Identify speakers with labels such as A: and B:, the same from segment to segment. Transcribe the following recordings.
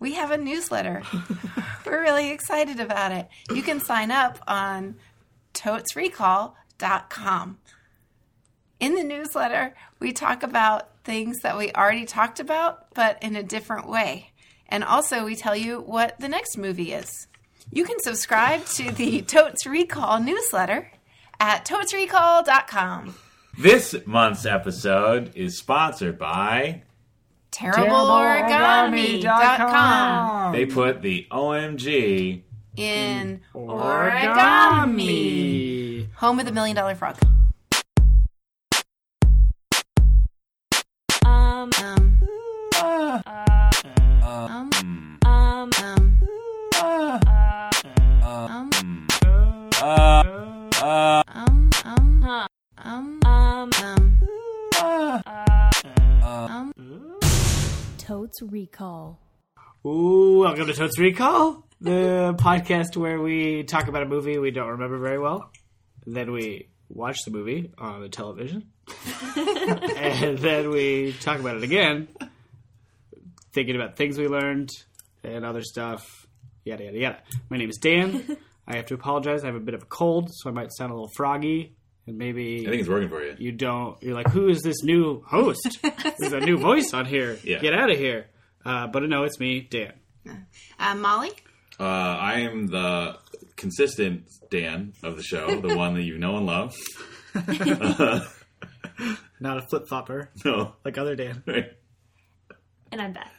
A: we have a newsletter. We're really excited about it. You can sign up on totesrecall.com. In the newsletter, we talk about things that we already talked about, but in a different way. And also, we tell you what the next movie is. You can subscribe to the Totes Recall newsletter at totesrecall.com.
B: This month's episode is sponsored by.
A: TerribleOrigami.com
B: They put the OMG.
A: in origami. Home of the Million Dollar Frog.
C: Um,
A: Um,
B: Ah,
A: um,
B: mm,
C: um,
A: um,
B: ah,
A: um,
B: ah, ah,
A: um, um,
C: huh,
A: um,
C: um,
A: um.
B: ah.
C: Totes Recall.
D: Ooh, welcome to Totes Recall, the podcast where we talk about a movie we don't remember very well. Then we watch the movie on the television. and then we talk about it again, thinking about things we learned and other stuff. Yada, yada, yada. My name is Dan. I have to apologize. I have a bit of a cold, so I might sound a little froggy. And maybe
B: I think it's working for you.
D: you don't you're like who is this new host there's a new voice on here
B: Yeah.
D: get out of here uh, but no it's me dan
A: Uh, Molly?
B: Uh, I am the consistent Dan of the show, the one that you know and love.
D: not a flip-flopper
B: No,
D: like other dan
B: right.
C: And I'm back.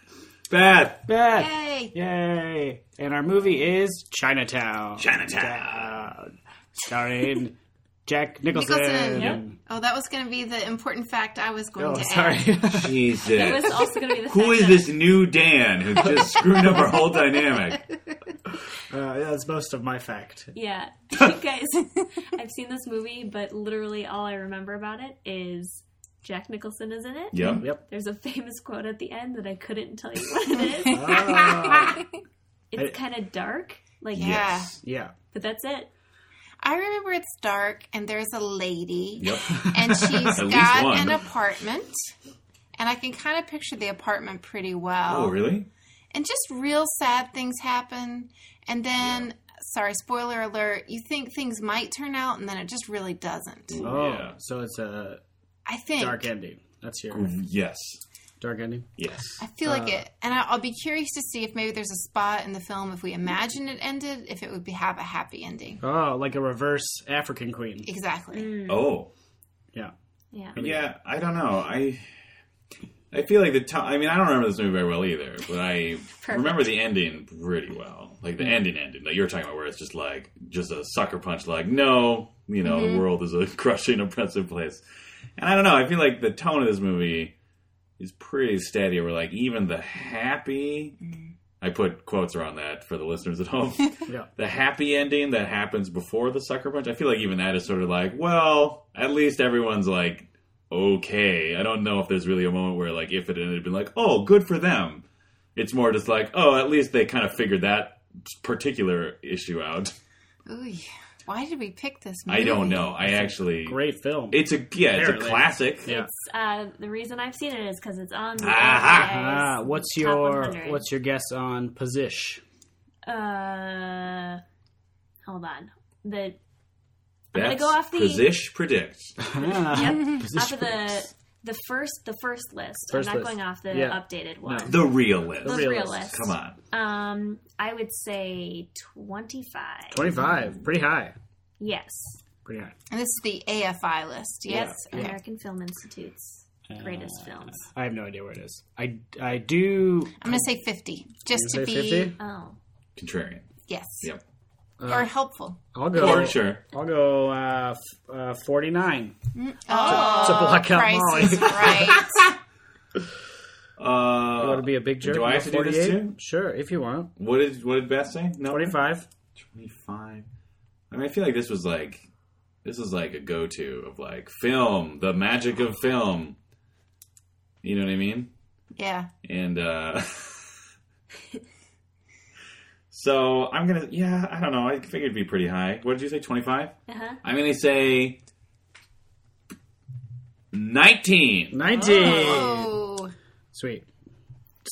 B: Beth.
D: Beth!
A: Yay!
D: yay and our movie is chinatown
B: Chinatown.
D: starring jack nicholson,
A: Nicholson. Oh, that was going to be the important fact I was going
D: oh
A: to
D: sorry
A: add.
C: It was
B: Jesus.
C: also going to be the
B: Who
C: fact
B: is
C: that-
B: this new Dan who just screwed up our whole dynamic?
D: uh, that's most of my fact
C: Yeah, you guys, I've seen this movie, but literally all I remember about it is Jack Nicholson is in it.
B: Yep.
D: yep
C: There's a famous quote at the end that I couldn't tell you what it is.
D: I-
C: it's kind of dark, like
A: Yeah.
B: Yes.
D: yeah
C: But that's it.
A: I remember it's dark and there's a lady.
B: Yep.
A: and she's
B: least
A: got
B: one.
A: an apartment. And I can kind of picture the apartment pretty well.
B: Oh, really?
A: And just real sad things happen. And then, sorry, spoiler alert, you think things might turn out and then it just really doesn't.
D: oh
B: Yeah.
D: so it's a
A: I think.
D: dark ending that's your
B: Yes.
D: dark ending
B: Yes.
A: I feel
D: Uh.
A: like it. And I, I'll be curious to see if maybe there's a spot in the film, if we imagine it ended, if it would be, have a happy ending.
D: oh like a reverse african queen
A: Exactly.
B: Oh.
D: yeah
C: Mm, Yeah.
B: Yeah, I don't know. I I feel like the time. I mean, I don't remember this movie very well either, but I remember the ending pretty well. Like the ending, ending that you're talking about, where it's just like just a sucker punch. Like, no, you know, the world is a crushing, oppressive place. And I don't know. I feel like the tone of this movie is pretty steady. Where like even the happy, I put quotes around that for the listeners at home.
D: yeah
B: the happy ending that happens before the sucker punch, I feel like even that is sort of like, well, at least everyone's like, okay. I don't know if there's really a moment where like if it ended it'd been like, oh, good for them. It's more just like, oh, at least they kind of figured that particular issue out.
A: Ooh, why did we pick this movie?
B: I don't know. I actually
D: great film
B: It's a yeah, it's
D: Apparently.
B: a classic.
D: Yeah.
C: It's uh, the reason I've seen it is because it's on. The
B: Aha!
D: Ah, what's
C: Top
D: your
C: 100.
D: what's your guess on position?
C: Uh, hold on. The I'm gonna
B: That's
C: go off the
B: posish predict.
C: yep, off of the
D: predicts.
C: the first the first list.
D: First
C: I'm not
D: list.
C: going off the
D: Yeah.
C: updated one.
B: The real list.
C: The
D: real
C: real
D: list.
C: list.
B: Come on.
C: Um, I would say 25.
D: Twenty five, pretty high,
C: Yes.
D: pretty high.
A: And this is the AFI list, yes? Okay.
C: American Film Institute's
D: Uh,
C: greatest films.
D: I have no idea where it is. I I do
A: I'm going to say 50, just
D: say
A: to be,
D: fifty.
C: Oh.
B: Contrarian.
A: yes,
B: Yep.
A: or helpful.
D: I'll
B: For
D: go.
B: sure.
D: I'll go uh, f- uh, forty nine.
A: Oh,
D: to block out
A: Price
D: Molly.
A: is right.
B: Uh,
D: You want to be a big jerk?
B: do I
D: Go
B: have to do this
D: 48?
B: too?
D: Sure, if you want.
B: Uh, what did what did Beth say? No.
D: Twenty five.
B: 25. I mean, I feel like this was like this was like a go-to of like film, the magic of film. You know what I mean?
A: yeah.
B: And uh So, I'm going to yeah, I don't know. I figured it'd be pretty high. What did you say? 25?
C: Uh-huh.
B: I'm going to say 19.
D: Nineteen.
A: Oh,
D: Sweet.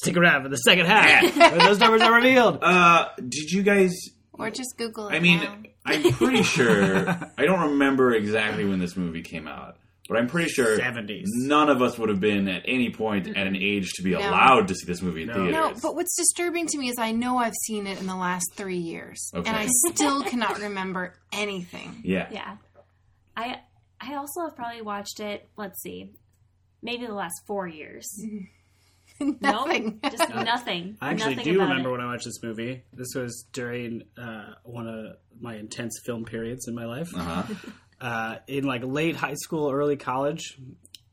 D: Stick around for the second half where those numbers are revealed.
B: Uh, did you guys?
A: Or just Google it.
B: I mean,
A: now.
B: I'm pretty sure. I don't remember exactly when this movie came out, but I'm pretty sure
D: 70s.
B: None of us would have been at any point at an age to be allowed to see this movie in
D: No.
B: theaters.
A: No, but what's disturbing to me is I know I've seen it in the last three years,
B: Okay.
A: and I still cannot remember anything.
B: yeah.
C: Yeah. I I also have probably watched it, let's see, maybe the last four years.
A: Nothing.
C: Nope, just nothing.
D: Uh, I actually
C: nothing
D: do
C: about
D: remember
C: it.
D: when I watched this movie. This was during uh, one of my intense film periods in my life.
B: Uh huh.
D: uh, in like late high school, early college,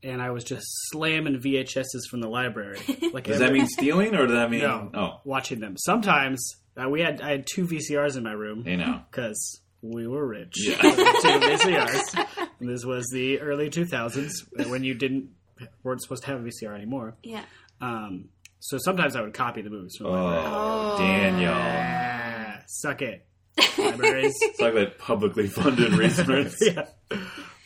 D: and I was just slamming VHSs from the library. Like
B: Does that
D: every-
B: mean stealing, or does that mean?
D: No.
B: Oh,
D: watching them? Sometimes uh, we had I had two VCRs in my room
B: you know.
D: because we were rich.
B: Yeah.
D: We had two VCRs. And this was the early 2000s when you didn't weren't supposed to have a VCR anymore.
C: Yeah.
D: Um, so sometimes I would copy the movies from the library.
B: Oh,
A: Oh.
B: Daniel.
D: Ah, suck it, libraries.
B: It's like that publicly funded research.
D: yeah.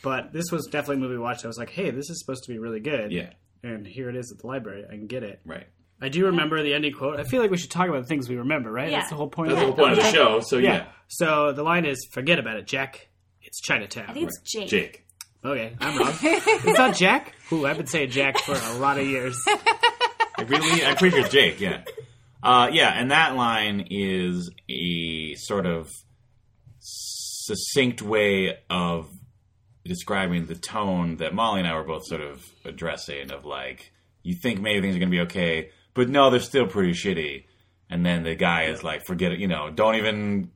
D: But this was definitely a movie we watched. I was like, hey, this is supposed to be really good.
B: yeah.
D: And here it is at the library. I can get it.
B: Right.
D: I do remember the ending quote. I feel like we should talk about the things we remember, right?
C: Yeah.
D: That's the whole point
B: That's the
D: of
B: whole point of the show. So
D: Yeah.
B: yeah.
D: So the line is forget about it, Jack. It's
C: I
D: Chinatown.
C: think it's Jake.
B: Jake.
D: okay, I'm wrong. it's not Jack? Ooh, I've been saying Jack for a lot of years.
B: I really, I'm pretty sure it's Jake. Yeah, uh, yeah, and that line is a sort of succinct way of describing the tone that Molly and I were both sort of addressing of like, you think maybe things are going to be okay, but no, they're still pretty shitty. And then the guy is like, forget it, you know, don't even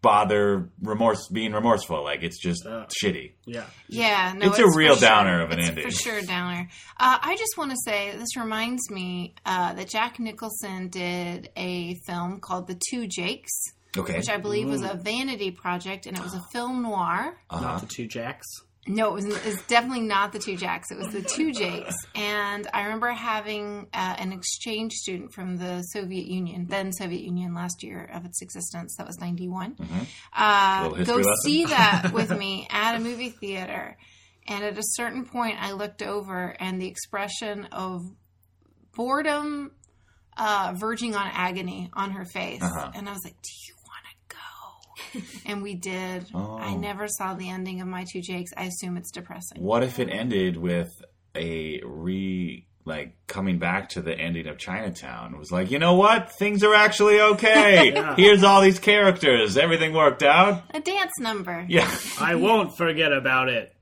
B: bother remorse being remorseful. Like it's just
D: Uh.
B: shitty.
D: Yeah.
A: Yeah, no,
B: It's a real
A: for sure-
B: downer of an
A: it's
B: ending.
A: for sure. Downer. Uh, I just want to say this reminds me uh, that Jack Nicholson did a film called The Two Jakes,
B: Okay.
A: which I believe was a vanity project, and it was a film noir.
B: Uh-huh.
D: Not the two Jacks.
A: No, it was, it was definitely not the two Jacks. It was the two Jakes. And I remember having uh, an exchange student from the Soviet Union, then Soviet Union, last year of its existence. That was 91.
B: Mm-hmm.
A: Uh,
B: Little history
A: go
B: lesson.
A: see that with me at a movie theater. And at a certain point, I looked over, and the expression of boredom uh, verging on agony on her face.
B: Uh-huh.
A: And I was like, Do you want to go? and we did.
B: Oh.
A: I never saw the ending of My Two Jakes. I assume it's depressing.
B: What if it ended with a re like coming back to the ending of Chinatown? It was like, you know what? Things are actually okay.
D: Yeah.
B: Here's all these characters. Everything worked out.
A: A dance number.
B: Yeah.
D: I won't forget about it.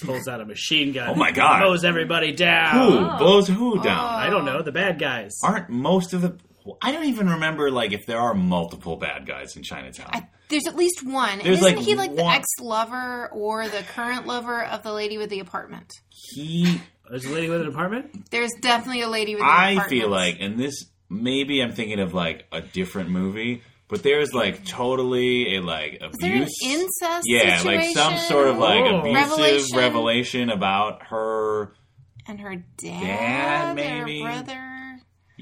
D: Pulls out a machine gun.
B: Oh my God.
D: Blows everybody down.
B: Who blows
A: Oh.
B: who down?
D: I don't know, the bad guys.
B: Aren't most of the I don't even remember like if there are multiple bad guys in Chinatown.
A: I, there's at least one. And
B: There's,
A: isn't
B: like,
A: he like the
B: one-
A: ex lover or the current lover of the lady with the apartment?
B: he
D: There's a lady with an apartment?
A: There's definitely a lady with the apartment.
B: I feel like, and this maybe I'm thinking of like a different movie, but there's like totally a like abuse,
A: there an incest
B: yeah, like some
A: situation?
B: sort of like
D: Whoa.
B: abusive
A: Revelation?
B: revelation. about her.
A: and her dad,
B: Dad, maybe?
A: or brother. Oh.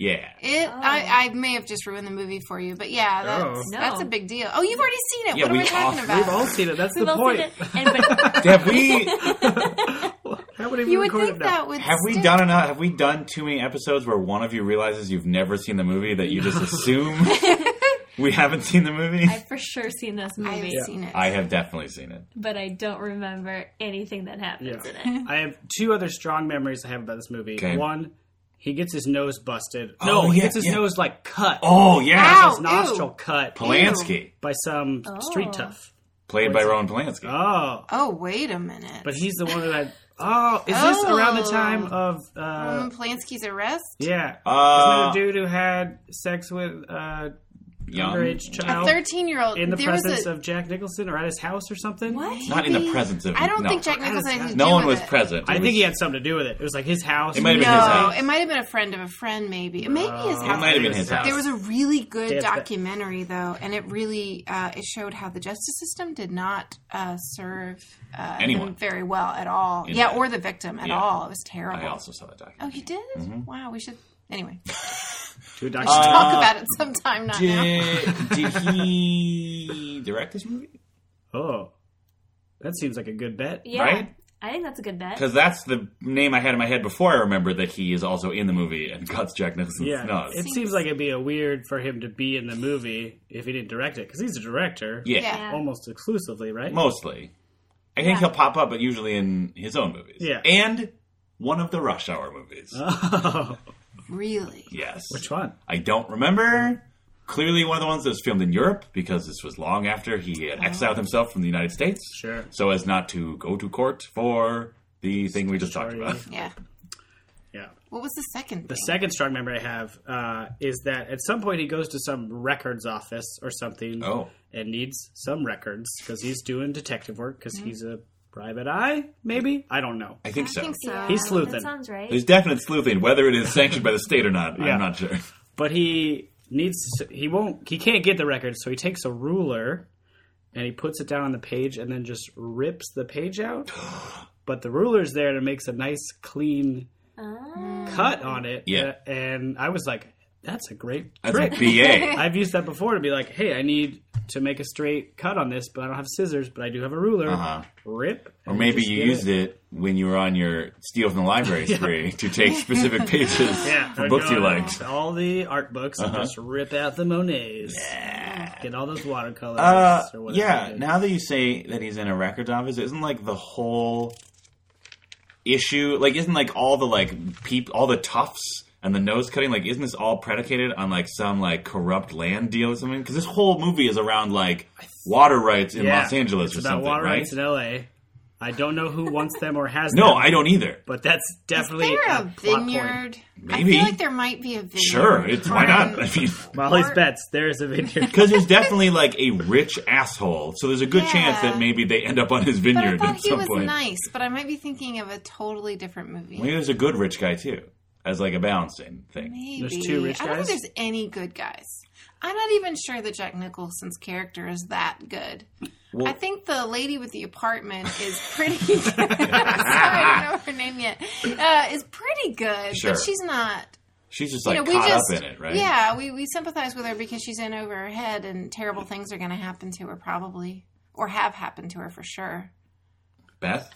B: Yeah,
A: It. I, I may have just ruined the movie for you, but yeah, that's
D: Oh.
C: No.
A: that's a big deal. Oh, you've already seen it.
B: Yeah,
A: what are we
B: we
A: talking
B: all-
A: about?
D: We've all seen it. That's
C: We've
D: the
C: all seen
D: point.
C: it. And, but
B: have we
D: How many
A: you would think that would
B: have we
A: stick.
B: done enough? Have we done too many episodes where one of you realizes you've never seen the movie that you just assume we haven't seen the movie?
C: I've for sure seen this
A: I've
C: movie,
A: seen it.
B: I have definitely seen it.
C: but I don't remember anything that happens
D: Yeah.
C: in it.
D: I have two other strong memories I have about this movie.
B: Okay.
D: One, he gets his nose busted.
B: Oh,
D: no, he
B: yeah,
D: gets his
B: yeah.
D: nose like cut.
B: Oh yeah,
A: Ow.
D: his nostril
A: ew.
D: cut
B: Polanski,
D: by some street tough.
B: played by Rowan Polanski.
D: Oh,
A: Oh, wait a minute.
D: but he's the one who had. Oh, is this
A: Oh. Mm.
D: around the time of? uh
A: Roman Polanski's arrest.
D: Yeah,
B: Uh,
D: isn't there a dude who had sex with uh,
B: Young-
D: underage
A: A
D: child
A: thirteen-year-old
D: in the
A: there was
D: presence
A: a,
D: of Jack Nicholson or at his house or something?
A: What?
B: Not in the presence of.
A: I don't
B: no.
A: think Jack Nicholson. had anything to
B: No
A: do
B: one
A: with
B: was
A: it.
B: present.
D: I
B: It
D: think
B: was-
D: he had something to do with it. It was like his house.
B: It might have been his
A: No,
B: house.
A: it might have been a friend of a friend, maybe. It may be his
D: It
A: house.
B: might have been his house.
A: There was a really good
D: Dance back.
A: documentary though, and it really uh, it showed how the justice system did not uh, serve uh,
B: Anyone.
A: him very well at all.
B: In
A: yeah,
B: that.
A: or the victim at
B: Yeah.
A: all. It was terrible.
B: I also Mm-hmm. saw that documentary.
A: oh, you did? Wow. We should anyway
D: To a
A: we should
B: Uh,
D: documentary.
A: talk about it sometime. Oh, Not now.
B: Did, did he direct this movie?
D: oh, that seems like a good bet.
C: Yeah.
B: Right?
C: I think that's a good bet.
B: Because that's the name I had in my head before I remembered that he is also in the movie and cuts Jack Nicholson's
D: Yeah,
B: nose.
D: it seems like it'd be a weird for him to be in the movie if he didn't direct it because he's a director.
B: yeah,
A: Yeah.
D: almost exclusively, right?
B: mostly. I think
C: Yeah.
B: he'll pop up, but usually in his own movies.
D: Yeah.
B: and one of the Rush Hour movies.
D: Oh,
A: Really?
B: yes,
D: which one?
B: I don't remember. Clearly, one of the ones that was filmed in Europe because this was long after he had exiled himself from the United States.
D: Oh. Sure.
B: So as not to go to court for the thing we just talked about.
A: Yeah.
D: Yeah.
A: What was the second?
D: The
A: thing?
D: second strong memory I have uh, is that at some point he goes to some records office or something
B: Oh.
D: and needs some records because he's doing detective work because he's a private eye, maybe? I don't know.
B: I think so.
C: I think so.
D: He's sleuthing.
C: That sounds right.
B: There's definite sleuthing, whether it is sanctioned by the state or not.
D: Yeah.
B: I'm not sure.
D: But he needs, he won't, he can't get the records, so he takes a ruler and he puts it down on the page and then just rips the page out. But the ruler's there and it makes a nice, clean
C: Ah.
D: cut on it.
B: Yeah.
D: Uh, And I was like, that's a great
B: That's
D: trick.
B: a BA.
D: I've used that before to be like, hey, I need to make a straight cut on this, but I don't have scissors, but I do have a ruler.
B: Uh-huh.
D: Rip.
B: Or maybe you used it. when you were on your steal from the library spree to take specific pages
D: Yeah,
B: from books you
D: go
B: liked. Uh-huh.
D: to All the art books and just rip out the Monets. Get all those watercolors.
B: Uh,
D: or whatever
B: yeah.
D: it is.
B: Now that you say that he's in a records office, isn't like the whole issue like isn't like all the like peep all the tufts and the nose cutting like isn't this all predicated on like some like corrupt land deal or something? Because this whole movie is around like water rights in
D: Yeah,
B: Los Angeles
D: it's
B: or
D: about
B: something,
D: water
B: right?
D: rights in LA. I don't know who wants them or has
B: No,
D: them.
B: I don't either.
D: But that's definitely
A: Is there a,
D: a plot point.
A: vineyard? I
B: Maybe.
A: feel like there might be a vineyard.
B: Sure, it's why
A: Or-
B: not? I mean.
D: Molly's
A: Or-
D: bets. There's a vineyard.
B: Because there's definitely like a rich asshole, so there's a good
A: Yeah.
B: chance that maybe they end up on his
A: But I
B: vineyard
A: thought
B: at
A: he
B: some
A: was
B: point.
A: nice, but I might be thinking of a totally different movie.
B: Maybe there's a good rich guy too, as like a balancing thing.
A: Maybe.
D: There's two rich
A: I don't think
D: guys?
A: there's any good guys. I'm not even sure that Jack Nicholson's character is that good. I think the lady with the apartment is pretty. Sorry, I don't know her name yet. Uh, is pretty good,
B: Sure.
A: but she's not.
B: She's just
A: You
B: like
A: know, we
B: caught
A: just
B: up in it, right?
A: yeah, we we sympathize with her because she's in over her head, and terrible things are going to happen to her probably, or have happened to her for sure.
B: Beth,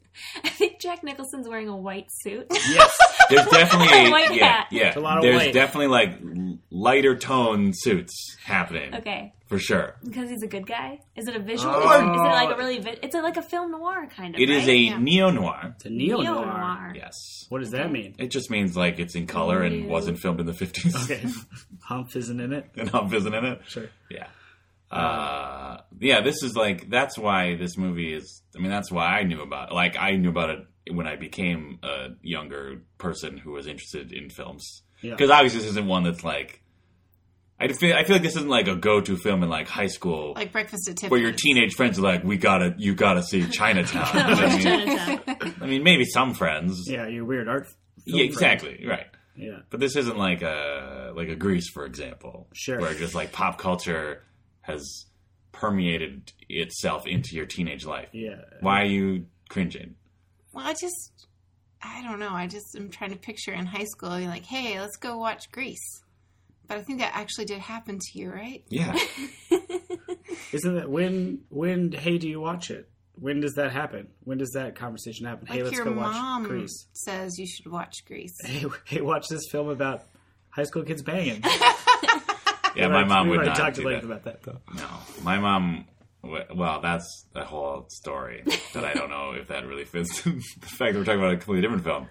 C: I think Jack Nicholson's wearing a white suit.
D: yes.
B: there's definitely a,
C: White
B: yeah,
C: hat.
B: yeah.
D: a lot of
B: there's
D: white.
B: definitely like l- lighter tone suits happening
C: Okay,
B: for sure.
C: because he's a good guy. Is it a visual?
D: Oh.
C: is, it, is it like a really? Vi- it's a, like a film noir kind of.
B: It is
C: right?
B: a
A: Yeah.
B: neo noir.
D: It's a neo
C: Neo
D: noir.
C: noir.
B: Yes,
D: What does that mean?
B: it just means like it's in color and
C: New.
B: wasn't filmed in the 50s,
D: Okay. Humph isn't in it.
B: and I'm visiting it.
D: Sure.
B: Yeah. Uh, yeah, this is like, that's why this movie is, I mean, that's why I knew about it. Like, I knew about it when I became a younger person who was interested in films.
D: Yeah.
B: Because obviously this isn't one that's like, I feel, I feel like this isn't like a go-to film in like high school
A: Like Breakfast at Tiffany's.
B: where your teenage friends are like, we gotta, you gotta see Chinatown. I, mean,
C: Chinatown.
B: I mean, maybe some friends.
D: Yeah, your weird art.
B: Yeah, exactly. Right.
D: Yeah.
B: But this isn't like a like a Greece, for example,
D: Sure.
B: where just like pop culture has permeated itself into your teenage life.
D: Yeah.
B: Why are you cringing?
A: Well, I just, I don't know. I just am trying to picture in high school, you're like, hey, let's go watch Grease. But I think that actually did happen to you, right?
B: Yeah,
D: Isn't that when? When? Hey, do you watch it? When does that happen? When does that conversation happen? hey,
A: like
D: let's
A: your
D: go
A: mom
D: watch Grease.
A: says you should watch Grease.
D: Hey, w- hey, watch this film about high school kids banging.
B: yeah. my mom
D: we
B: would
D: already
B: not
D: talked
B: do
D: to
B: that.
D: Blake about that though.
B: No, my mom. w- Well, that's a whole story that I don't know if that really fits the fact that we're talking about a completely different film.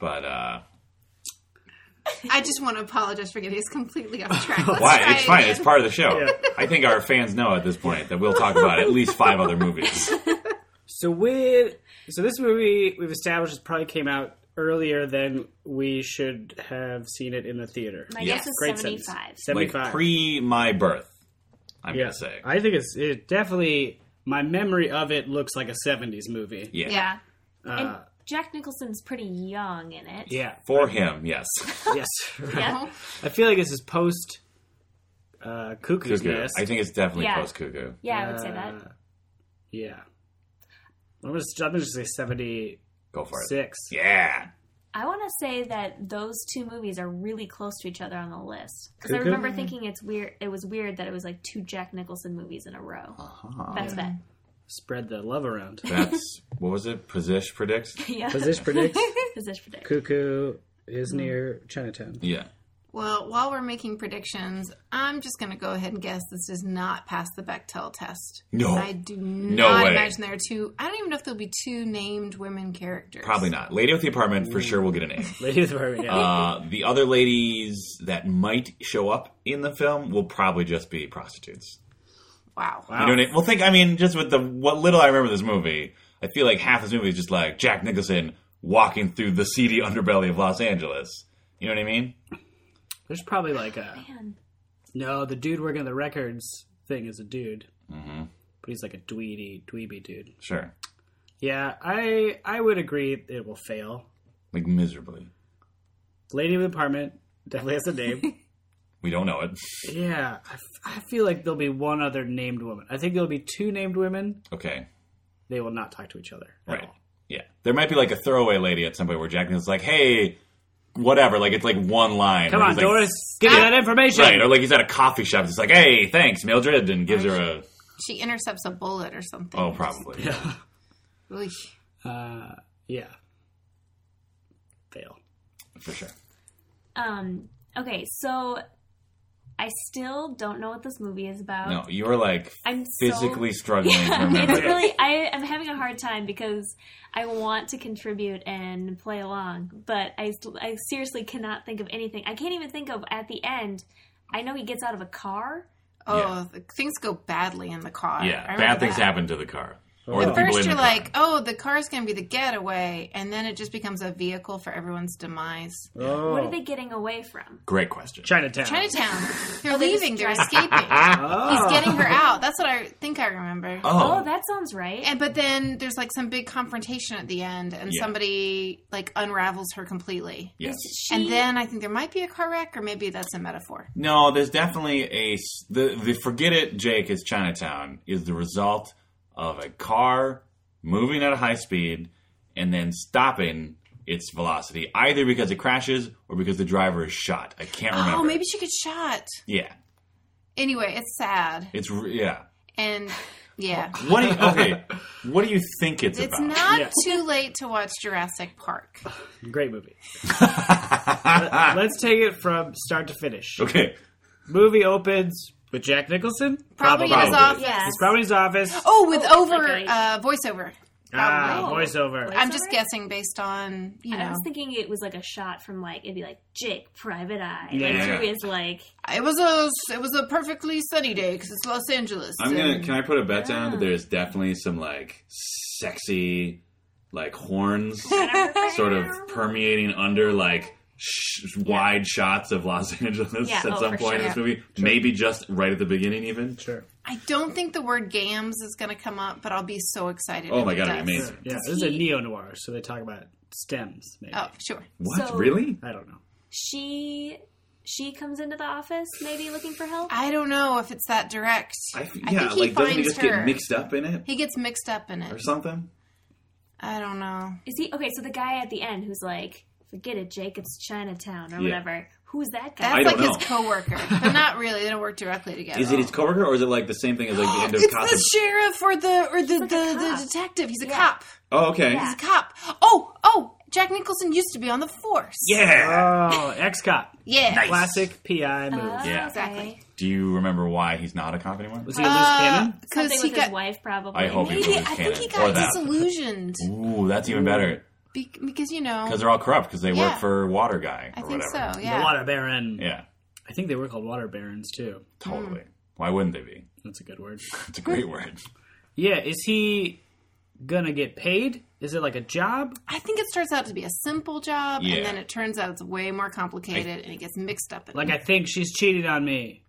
B: But uh,
A: I just want to apologize for getting us completely off track. Let's try
B: why? It's fine.
A: again.
B: It's part of the show.
D: Yeah.
B: I think our fans know at this point that we'll talk about at least five other movies.
D: So when? So this movie we've established is probably came out earlier than we should have seen it in the theater.
C: My
B: Yeah.
C: guess is
D: Great sense.
C: seventy-five.
B: like
D: Seventy-five.
B: pre my birth. I'm
D: yeah.
B: gonna say.
D: I think it's it definitely. My memory of it looks like a '70s movie.
B: yeah.
C: Yeah, and
D: Uh,
C: Jack Nicholson's pretty young in it.
D: yeah.
B: For him, yes.
D: Yes. Right.
C: Yeah.
D: I feel like this is post uh, cuckoo's
B: Cuckoo.
D: nest.
B: I think it's definitely
C: Yeah.
B: post cuckoo.
C: Yeah, I would say that.
D: Uh, yeah. I'm going to just say 76.
B: Go for it. Yeah.
C: I want to say that those two movies are really close to each other on the list because I
D: Cuckoo?
C: remember Uh-huh. thinking it's weird. It was weird that it was like two Jack Nicholson movies in a row. That's a bet.
D: Spread the love around.
B: That's what was it? Posish predicts.
C: yeah.
D: Does this predict
C: Position predict.
D: Cuckoo is
C: Mm-hmm.
D: near Chinatown?
B: Yeah.
A: Well, while we're making predictions, I'm just going to go ahead and guess this does not pass the Bechtel test.
B: No.
A: I do not
B: way.
A: imagine there are two. I don't even know if there'll be two named women characters.
B: Probably not. Lady with the apartment for sure will get a name.
D: Lady of the Barbie, yeah.
B: Uh, the other ladies that might show up in the film will probably just be prostitutes.
A: Wow.
B: You know what I mean? Well, think. I mean, just with the what little I remember of this movie, I feel like half this movie is just like Jack Nicholson walking through the seedy underbelly of Los Angeles. You know what I mean?
D: There's probably like a
C: Man.
D: no. The dude working the records thing is a dude, mm-hmm. but he's like a dweeby, dweeby dude.
B: Sure.
D: Yeah, I I would agree it will fail.
B: Like miserably.
D: Lady of the apartment definitely has a name.
B: We don't know it.
D: yeah, I, f- I feel like there'll be one other named woman. I think there'll be two named women.
B: Okay.
D: They will not talk to each other at
B: Right.
D: all.
B: Yeah. There might be like a throwaway lady at some point where Jack Nicholson's like, "Hey, whatever." Like it's like one line.
D: Come
B: where
D: on,
B: he's like,
D: Doris, give me that information.
B: Right, or like he's at a coffee shop. He's like, "Hey, thanks, Mildred," and gives her a
A: She intercepts a bullet or something.
B: oh, probably.
D: Yeah.
A: Oy.
D: Uh, yeah. Fail.
B: for sure.
C: Um, okay, so I still don't know what this movie is about.
B: No, you are like
C: I'm so-
B: physically struggling to
C: Yeah,
B: remember.
C: it's
B: it.
C: really I, I'm having a hard time because I want to contribute and play along, but I st- I seriously cannot think of anything. I can't even think of at the end. I know he gets out of a car.
A: Oh,
B: Yeah.
A: the, things go badly in the car. I
B: Yeah,
A: remember
B: bad things
A: that.
B: happen to the car or
D: At
B: the people
A: First,
B: in
A: you're
B: the car.
A: like, oh, the car's going to be the getaway, and then it just becomes a vehicle for everyone's demise.
D: Oh,
C: What are they getting away from?
B: Great question.
D: Chinatown.
A: Chinatown. They're
C: they
A: leaving.
C: just
A: They're
C: drive-
A: escaping.
D: Oh.
A: He's getting her out. That's what I think I remember.
C: Oh,
B: Oh,
C: that sounds right.
A: And but then there's like some big confrontation at the end, and
B: Yeah.
A: somebody like unravels her completely.
B: yes.
C: Is
A: And
C: she-
A: then I think there might be a car wreck, or maybe that's a metaphor.
B: No, there's definitely a s- the the forget it. Jake is Chinatown is the result of a car moving at a high speed and then stopping its velocity either because it crashes or because the driver is shot. I can't remember.
A: Oh, maybe she gets shot.
B: Yeah,
A: Anyway, it's sad,
B: it's re- yeah.
A: and yeah,
B: What do you, okay? what do you think it's,
A: it's
B: about?
A: not
D: Yeah.
A: too late to watch Jurassic Park.
D: Great movie. Let- Let's take it from start to finish.
B: okay.
D: Movie opens with Jack Nicholson.
A: Probably, in his
B: Probably.
A: office.
C: yeah.
D: He's probably in his office.
A: Oh, with
C: Oh,
A: over
C: okay.
A: uh, voiceover.
D: ah,
C: probably.
D: voiceover.
C: Like-
A: I'm just guessing based on you
C: I
A: know.
C: was thinking it was like a shot from like it'd be like Jake Private Eye.
D: Yeah.
C: Like through his like
A: It was a it was a perfectly sunny day because it's Los Angeles.
B: I'm gonna.
A: and-
B: Can I put a bet down that
C: Yeah.
B: there's definitely some like sexy, like horns, sort of permeating under like sh- wide shots of Los Angeles
C: Yeah,
B: at
C: oh,
B: some
C: for
B: point in
C: sure.
B: this movie. Maybe just right at the beginning, even.
D: Sure.
A: I don't think the word gams is going to come up, but I'll be so excited.
B: Oh
A: if
B: my
A: it
B: God, it'd be
A: does.
B: amazing.
D: Yeah,
C: Does
D: this is a
C: he-
D: neo noir, so they talk about stems. Maybe
A: Oh, sure.
B: What
C: So-
B: really?
D: I don't know.
C: she she comes into the office maybe looking for help.
A: I don't know if it's that direct.
B: I,
A: I,
B: f- yeah,
A: think he
B: like doesn't
A: finds
B: he just
A: her.
B: get mixed up in it
A: he gets mixed up in
B: or
A: it.
B: something?
A: I don't know.
C: Is he okay? So the guy at the end who's like, "Forget it, Jake. It's Chinatown or
B: Yeah.
C: whatever." Who's that guy?
A: That's like
B: don't know.
A: his coworker, but not really. They don't work directly together.
B: Is it his coworker or is it like the same thing as like the end of
A: it's
B: Casa?
A: the sheriff or the or the
C: like a
A: the,
C: cop.
A: the detective. He's a
C: Yeah.
A: cop.
B: oh, okay.
C: Yeah.
A: He's a cop. Oh, oh. Jack Nicholson used to be on the force. Uh,
B: Yeah.
D: Oh, ex cop.
A: Yeah.
B: Nice.
D: Classic PI move.
A: Uh,
C: Oh,
B: Yeah.
C: okay.
A: Exactly.
B: Do you remember why he's not a cop anymore?
D: Was he a loose
A: Uh,
D: cannon?
A: Because
C: Something
A: he
C: with his
A: got.
C: wife, probably.
B: I hope he
A: Maybe
B: was
A: I think he
B: or
A: got
B: that.
A: disillusioned
B: Ooh, that's even better.
A: Be- because you know.
B: Because they're all corrupt because they work
A: Yeah.
B: for Water Guy
A: I
B: or
A: think
B: whatever.
A: so. Yeah. Mm.
D: The water baron.
B: Yeah,
D: I think they were called water barons too.
B: totally. Why wouldn't they be?
D: That's a good word.
B: It's a great word.
D: Yeah, is he gonna get paid? Is it like a job?
A: I think it starts out to be a simple job,
B: Yeah.
A: and then it turns out it's way more complicated, and it gets mixed up. In
D: Like I think she's cheated on me.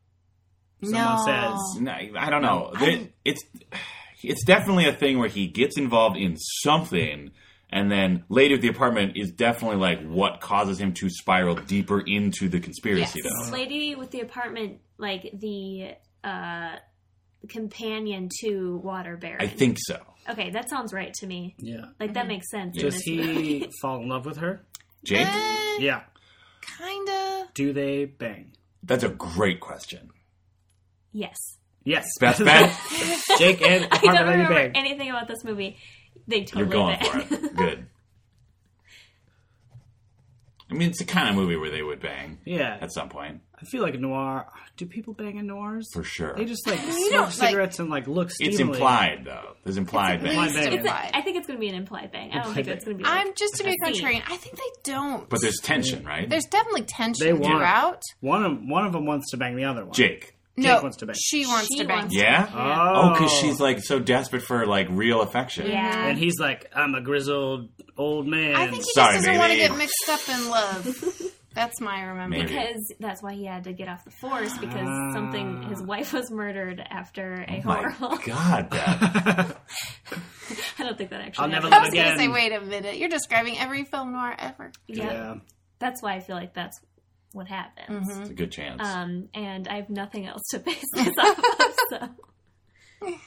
A: no.
D: someone says.
B: No, I don't know. There- it's it's definitely a thing where he gets involved in something, and then later at the apartment is definitely like what causes him to spiral deeper into the conspiracy.
A: Yes.
C: This
B: Though
C: lady with the apartment, like the uh, companion to Water Baron.
B: I think so.
C: Okay, that sounds right to me.
D: Yeah.
C: Like
A: Mm-hmm.
C: that makes sense. in
D: Does
C: this movie.
D: he fall in love with her?
B: Jake,
A: Eh,
D: Yeah.
A: kinda.
D: Do they bang?
B: that's a great question.
C: Yes.
D: Yes,
B: Best bet.
D: Jake and
C: I don't
D: Harmony
C: remember
D: Bang.
C: anything about this movie. They totally
B: You're going
C: banged.
B: for it. Good. I mean, it's the kind of movie where they would bang
D: Yeah,
B: at some point,
D: I feel like noir. Do people bang in noirs?
B: for sure.
D: They just like
A: don't,
D: smoke
A: like-
D: cigarettes and like look. Steamily.
B: It's implied, though. There's implied
A: It's
B: bang.
D: least-
A: implied.
D: It's
C: It's- I think it's going to be an implied bang. I don't think
D: Implied
C: it's going to be. Like,
A: I'm just to be
C: I see.
A: contrarian. I think they don't.
B: But there's tension, right?
A: there's definitely tension
D: They want-
A: throughout.
D: One of one of them wants to bang the other one.
B: Jake.
A: No,
D: wants to bang.
A: she wants
C: She
A: to bang.
C: wants
B: Yeah?
C: Yeah.
B: Oh, because she's like so desperate for like real affection.
C: yeah.
A: Mm-hmm.
D: And he's like, I'm a grizzled old man.
A: I think he
B: Sorry,
A: just doesn't want to
B: baby.
A: get mixed up in love. That's my remembrance.
B: Maybe.
C: because that's why he had to get off the force because
D: Ah. Oh
C: something his wife was murdered after a
B: My
C: horrible.
B: God, Beth.
C: I don't think that actually.
D: I'll never
C: happened.
A: I
D: live
A: was going to
D: Again.
A: say, wait a minute. You're describing every film noir ever.
C: Yeah.
D: yeah.
C: that's why I feel like that's what happens.
A: Mm-hmm.
D: Mm-hmm.
B: It's a good chance.
C: Um, and I have nothing else to base this off of. So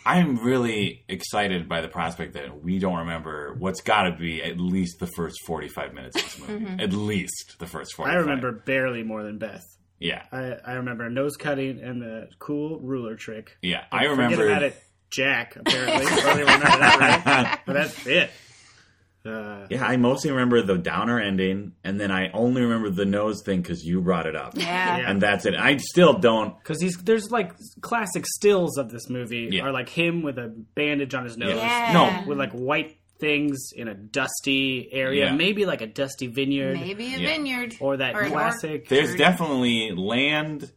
B: I'm really excited by the prospect that we don't remember what's got to be at least the first 45 minutes of this movie.
C: Mm-hmm.
B: At least the first 45.
D: I remember barely more than Beth.
B: Yeah.
D: I, I remember nose cutting and the cool ruler trick.
B: Yeah. I
D: Forget about
B: remember.
D: it, Jack. Apparently, I don't even remember that right. But that's it. Uh,
B: Yeah, I mostly remember the downer ending, and then I only remember the nose thing because you brought it up.
A: Yeah.
D: Yeah.
B: And that's it. I still don't.
D: Because he's there's like classic stills of this movie
B: Yeah.
D: are like him with a bandage on his nose,
A: Yeah.
B: No.
D: with like white things in a dusty area,
B: Yeah.
D: maybe like a dusty vineyard
A: Maybe a
B: Yeah.
A: vineyard.
D: or that
A: Or an
D: classic.
B: There's definitely land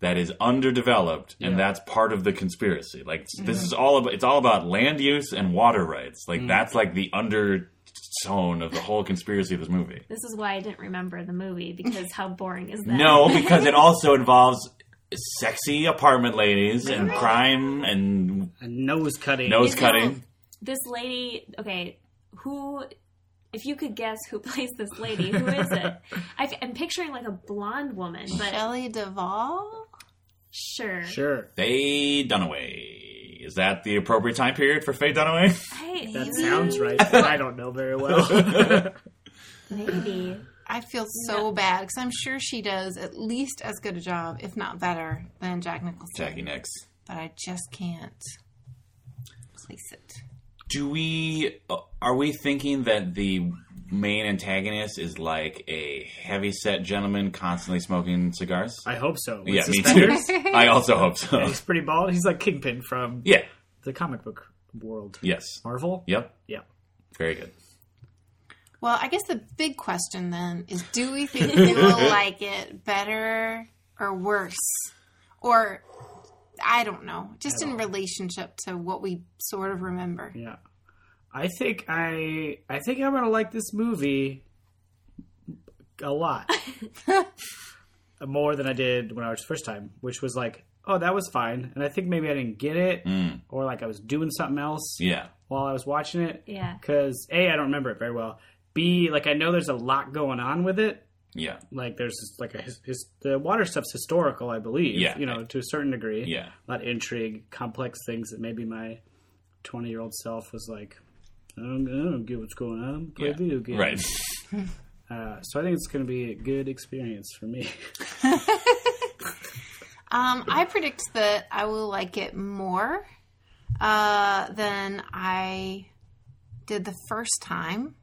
B: that is underdeveloped, and
D: Yeah.
B: that's part of the conspiracy. Like s- this is all about it's all about land use and water rights. Like that's like the undertone of the whole conspiracy of this movie.
C: this is why I didn't remember the movie because how boring is that?
B: No, because it also involves sexy apartment ladies and crime and
D: a nose cutting.
B: nose
C: It's
B: cutting.
C: This lady, okay, who? If you could guess who plays this lady, who is it? I, am picturing like a blonde woman, but
A: Shelley Duvall?
C: sure,
D: Sure,
B: Faye Dunaway. Is that the appropriate time period for Faye Dunaway?
C: I,
D: that sounds right. but I don't know very well.
C: maybe.
A: I feel so bad because I'm sure she does at least as good a job, if not better, than Jack Nicholson.
B: Jackie Nicks.
A: But I just can't place it.
B: Do we uh, are we thinking that the main antagonist is like a heavy set gentleman constantly smoking cigars?
D: I hope so. With
B: yeah, me too.
D: suspenders.
B: I also hope so.
D: He's pretty bald. He's like Kingpin from
B: Yeah.
D: the comic book world.
B: Yes.
D: Marvel.
B: Yep.
D: Yeah.
B: Very good.
A: Well, I guess the big question then is do we think they will like it better or worse? Or I don't know, just in relationship to what we sort of remember.
D: Yeah. I think I I think I'm gonna like this movie a lot. More than I did when I was first time, which was like, oh that was fine. And I think maybe I didn't get it
B: Mm.
D: or like I was doing something else
B: Yeah.
D: while I was watching it.
C: Yeah.
D: Cause A, I don't remember it very well. B, like I know there's a lot going on with it.
B: Yeah.
D: Like there's like a his, his, the water stuff's historical, I believe.
B: Yeah.
D: You know, to a certain degree
B: Yeah.
D: lot of intrigue, complex things that maybe my 20 year old self was like, I don't, I don't get what's going on. Play
B: yeah.
D: video games.
B: Right.
D: Uh, so I think it's going to be a good experience for me.
A: Um, I predict that I will like it more uh, than I did the first time,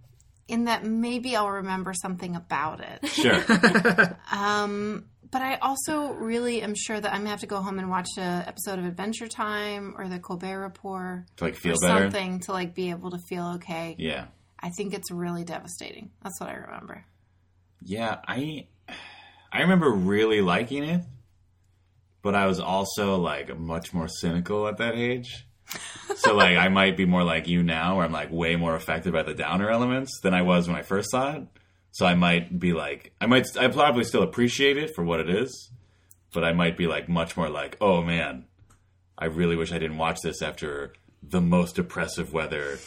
A: in that maybe I'll remember something about it.
B: Sure.
A: Um, but I also really am sure that I'm gonna have to go home and watch an episode of Adventure Time or The Colbert Report
B: To like feel
A: or
B: better.
A: something to like be able to feel okay.
B: Yeah.
A: I think it's really devastating. That's what I remember.
B: Yeah, I I remember really liking it, but I was also like much more cynical at that age. So like I might be more like you now where I'm like way more affected by the downer elements than I was when I first saw it. So I might be like I might I probably still appreciate it for what it is, but I might be like much more like, "Oh man, I really wish I didn't watch this after the most oppressive weather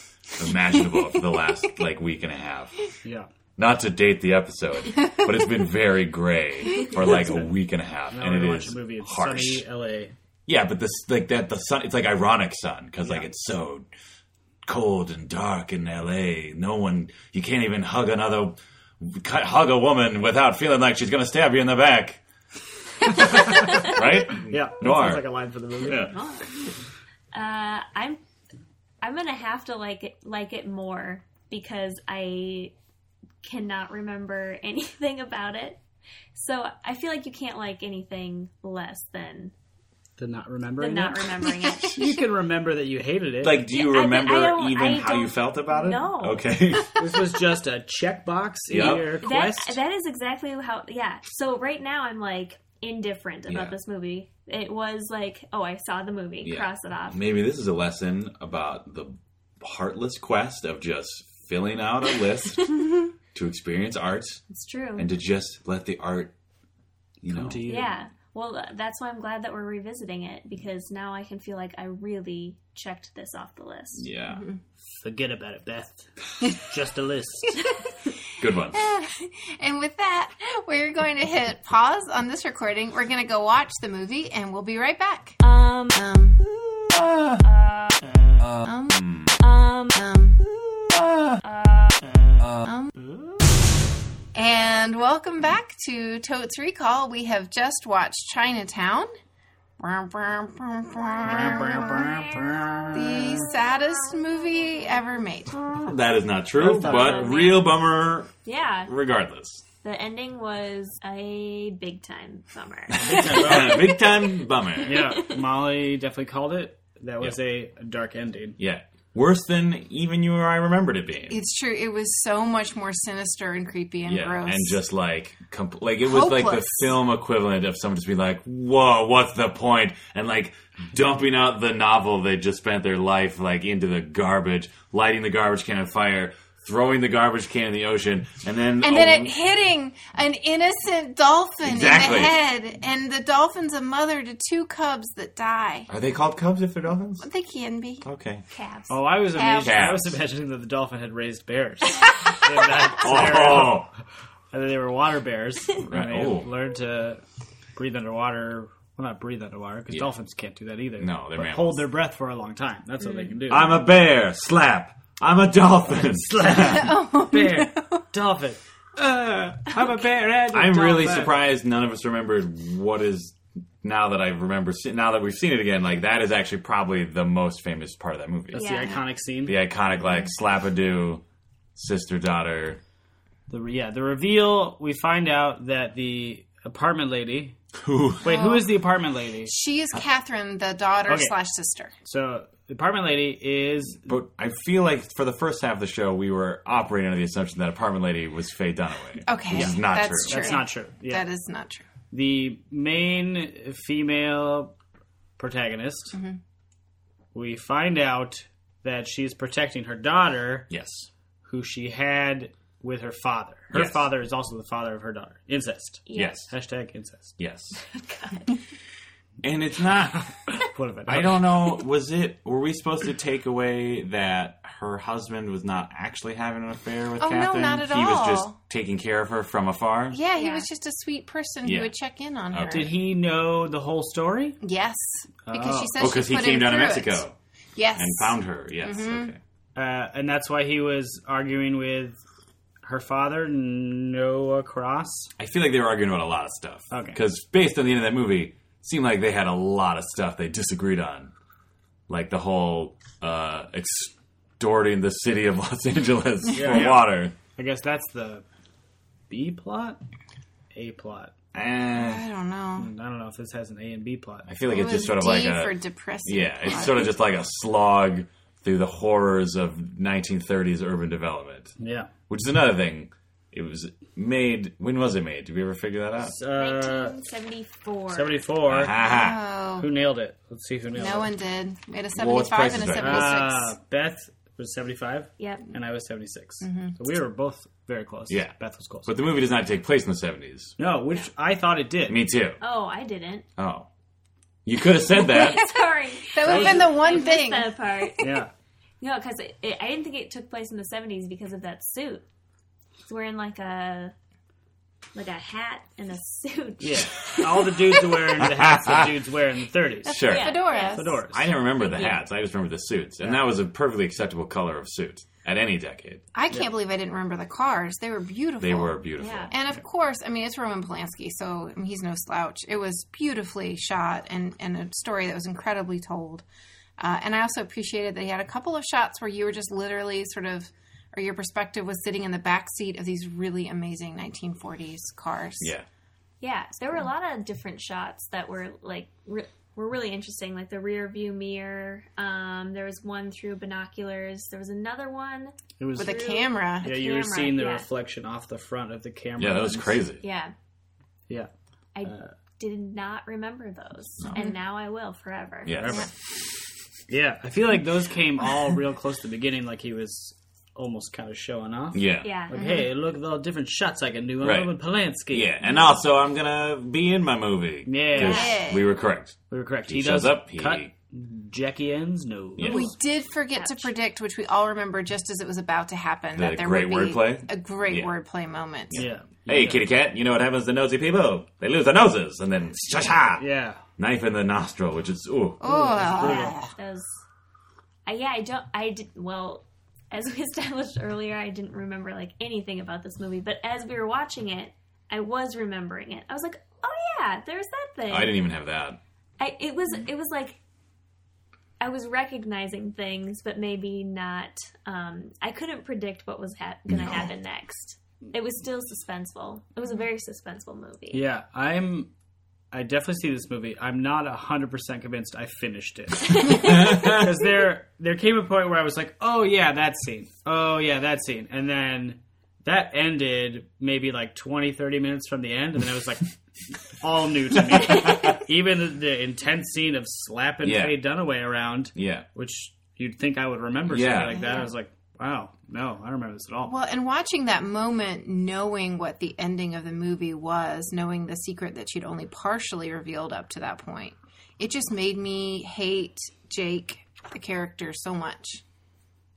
B: imaginable for the last like week and a half."
D: yeah.
B: not to date the episode, but it's been very gray for like a week and a half,
D: Now
B: and
D: we're
B: it
D: gonna watch
B: is
D: a movie. It's
B: harsh.
D: sunny LA.
B: Yeah, but this like that the sun. It's like ironic sun because like it's so cold and dark in L.A. No one, you can't even hug another, cut- hug a woman without feeling like she's gonna stab you in the back. right?
D: Yeah, that
B: Noir.
D: sounds like a line for the movie.
B: Yeah.
C: Uh, I'm I'm gonna have to like it, like it more because I cannot remember anything about it. So I feel like you can't like anything less than
D: The not remembering.
C: than not
D: it.
C: remembering it.
D: you can remember that you hated it.
B: Like, do you
C: Yeah, I-
B: remember
C: I don't-
B: even
C: I
B: how you
C: don't-
B: felt about it?
C: No.
B: Okay.
D: this was just a checkbox in
B: Yep.
D: your
C: that
D: quest.
C: that is exactly how. Yeah. So right now I'm like indifferent about
B: Yeah.
C: this movie. It was like, oh, I saw the movie.
B: Yeah.
C: Cross it off.
B: Maybe this is a lesson about the heartless quest of just filling out a list to experience art
C: It's true.
B: and to just let the art, you know.
D: to you.
C: Yeah. Well, uh, that's why I'm glad that we're revisiting it because now I can feel like I really checked this off the list.
B: Yeah.
D: Forget about it, Beth. just a list.
B: Good one.
A: Mm-hmm. And with that, we're going to hit pause on this recording. We're going to go watch the movie and we'll be right back.
C: Um,
A: Um, um, um, um, um. And welcome back to Totes Recall. We have just watched Chinatown. The
D: Ah.
A: saddest movie ever made.
B: That is not true,
D: That's not
B: but
C: true.
B: real bummer
C: yeah.
B: regardless.
C: The ending was a big time bummer.
B: Big time bummer.
D: yeah, Molly definitely called it. That was a dark ending.
B: Yeah. Worse than even you or I remembered it being.
A: It's true. It was so much more sinister and creepy and
B: yeah,
A: gross.
B: and just like comp- like it was like the
A: Hopeless.
B: film equivalent of someone just being like, "Whoa, what's the point?" and like dumping out the novel they just spent their life like into the garbage, lighting the garbage can on fire, throwing the garbage can in the ocean, and then
A: and then
B: a-
A: it hitting an innocent dolphin
B: Exactly.
A: in the head, and the dolphin's a mother to two cubs that die.
B: are they called cubs if they're dolphins?
A: They can be.
B: Okay.
C: Caps.
D: Oh, I was imagining. I was
B: Calves.
D: imagining that the dolphin had raised bears. They were not-
B: Oh,
D: and then they were water bears. and
B: Right.
D: They
B: Oh.
D: learned to breathe underwater. Well, not breathe underwater because dolphins can't do that either.
B: No, they're
D: but
B: mammals.
D: hold their breath for a long time. That's what they can do.
B: I'm a bear. Slap. I'm a dolphin. Slap.
D: bear, dolphin. Uh, I'm a bear. And a
B: I'm really
D: dolphin.
B: surprised none of us remembered what is now that I remember se- now that we've seen it again like that is actually probably the most famous part of that movie.
D: That's
C: Yeah.
D: the iconic scene.
B: The iconic like slap a do sister daughter.
D: The re- yeah, the reveal. We find out that the apartment lady.
B: Who
D: Wait, who is the apartment lady?
A: She is Catherine, the daughter
D: Okay.
A: slash sister.
D: So the apartment lady is
B: but I feel like for the first half of the show we were operating under the assumption that apartment lady was Faye Dunaway.
A: Okay,
B: Which is not
A: that's
B: true.
A: true.
D: that's not true. Yeah,
A: That is not true.
D: the main female protagonist. We find out that she's protecting her daughter,
B: Yes.
D: who she had with her father. Her
B: Yes.
D: father is also the father of her daughter. Incest.
B: Yes.
D: Hashtag incest.
B: Yes. And it's not
D: What if
B: I don't know. Was it? Were we supposed to take away that her husband was not actually having an affair with
A: Oh, no,
B: Catherine?
A: not at
B: he was
A: all.
B: just taking care of her from afar.
A: Yeah, he
C: Yeah.
A: was just a sweet person
B: Yeah.
A: who would check in on
B: Oh,
A: her.
D: Did he know the whole story?
A: Yes, because she says
B: Oh, because
A: she
B: he
A: put Mm-hmm.
B: came
A: him
B: down to
A: through
B: Mexico
A: it. Yes,
B: and found her. Yes. Okay.
D: uh, and that's why he was arguing with her father, Noah Cross.
B: I feel like they were arguing about a lot of stuff.
D: Okay.
B: Because based on the end of that movie, it seemed like they had a lot of stuff they disagreed on, like the whole uh, extorting the city of Los Angeles for
D: yeah.
B: water.
D: I guess that's the B plot, A plot.
B: Eh,
A: I don't know.
D: I don't know if this has an A and B plot.
B: I feel like
A: It
B: it's
A: was
B: just sort of
A: D
B: like a
A: for depressing.
B: Yeah, it's
A: plot.
B: sort of just like a slog through the horrors of 1930s urban development,
D: Yeah.
B: which is another thing. It was made. When was it made? Did we ever figure that out?
D: Uh,
C: 1974.
D: 74.
B: Aha.
A: Oh,
D: Who nailed it? Let's see who nailed
A: no
D: it.
A: one did. We had a
B: Well, it's
A: seventy-five and a
B: Price is Right.
A: seventy-six.
D: Ah, Beth was 75,
C: Yep.
D: and I was 76.
A: Mm-hmm.
D: So we were both very close.
B: Yeah.
D: Beth was close.
B: But the movie does not take place in the 70s.
D: no, which I thought it did.
B: Me too.
C: Oh, I didn't.
B: Oh, you could have said that.
C: Sorry.
A: That would have been the one thing.
C: That part.
D: yeah.
C: No, because it, it, I didn't think it took place in the 70s because of that suit. He's wearing like a like a hat and a suit.
D: Yeah. All the dudes are wearing the hats the dudes wear in the 30s.
B: sure.
C: Yeah.
A: Fedoras.
D: Fedoras.
B: I didn't remember the hats. I just remember the suits, and that was a perfectly acceptable color of suit. at any decade.
A: I can't believe I didn't remember the cars. They were beautiful.
B: They were beautiful.
C: Yeah.
A: And of course, I mean, it's Roman Polanski, so I mean, he's no slouch. It was beautifully shot and, and a story that was incredibly told. Uh, and I also appreciated that he had a couple of shots where you were just literally sort of, or your perspective was sitting in the back seat of these really amazing 1940s cars.
B: Yeah.
C: Yeah, there were a lot of different shots that were like re- were really interesting, like the rear view mirror. Um, there was one through binoculars. There was another one.
D: It was
A: With a camera.
D: yeah, you were
C: camera,
D: seeing the
C: yeah.
D: reflection off the front of the camera.
B: Yeah, that was
D: lens.
B: crazy.
C: Yeah,
D: Yeah.
C: I
B: Uh,
C: did not remember those, and now I will forever.
B: Yes.
D: Yeah, I feel like those came all real close to the beginning, like he was almost kind of showing off.
B: Yeah.
C: yeah.
D: Like, hey, look at all the different shots I can do. I'm
B: Right.
D: Roman Polanski.
B: Yeah, and also I'm gonna be in my movie.
D: Yeah.
B: 'Cause
A: Yeah.
B: we were correct.
D: We were correct.
B: He, shows
D: does
B: up. He
D: cut Jackie ends. No.
B: Yeah.
A: We did forget to predict, which we all remember just as it was about to happen, that there
B: great
A: would be
B: wordplay?
A: a great
B: Yeah.
A: wordplay moment.
D: Yeah.
B: hey,
D: yeah.
B: kitty cat, you know what happens to nosy people? They lose their noses, and then cha cha,
D: Yeah.
B: knife in the nostril, which is ooh.
A: Oh,
C: Yeah, those. I yeah, I don't. I did well. As we established earlier, I didn't remember like anything about this movie, but as we were watching it, I was remembering it. I was like, oh yeah, there's that thing.
B: I didn't even have that.
C: I, it was. It was like. I was recognizing things, but maybe not. Um, I couldn't predict what was ha- going to
B: No.
C: happen next. It was still suspenseful. It was a very suspenseful movie.
D: Yeah. I'm. I definitely see this movie. I'm not hundred percent convinced. I finished it because there there came a point where I was like, oh yeah, that scene. Oh yeah, that scene. And then that ended maybe like 20, 30 minutes from the end, and then it was like all new to me. Even the, the intense scene of slapping
B: Yeah.
D: Faye Dunaway around.
B: Yeah,
D: which you'd think I would remember
B: Yeah.
D: something like that. I was like, wow, no, I don't remember this at all.
A: Well, and watching that moment, knowing what the ending of the movie was, knowing the secret that she'd only partially revealed up to that point, it just made me hate Jake, the character, so much.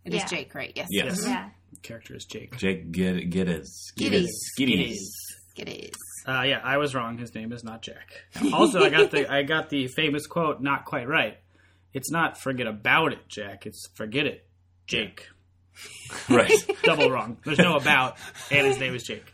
A: It is
C: Yeah.
A: Jake, right? Yes. Mm-hmm.
B: yes.
C: Yeah.
D: Character is Jake.
B: Jake Gid- Giddis.
A: Giddies.
B: Giddies.
A: It is.
D: Uh, yeah, I was wrong. His name is not Jack. Also, I got the I got the famous quote not quite right. It's not forget about it, Jack. It's forget it, Jake.
B: Right.
D: Double wrong. There's no about, and his name is Jake.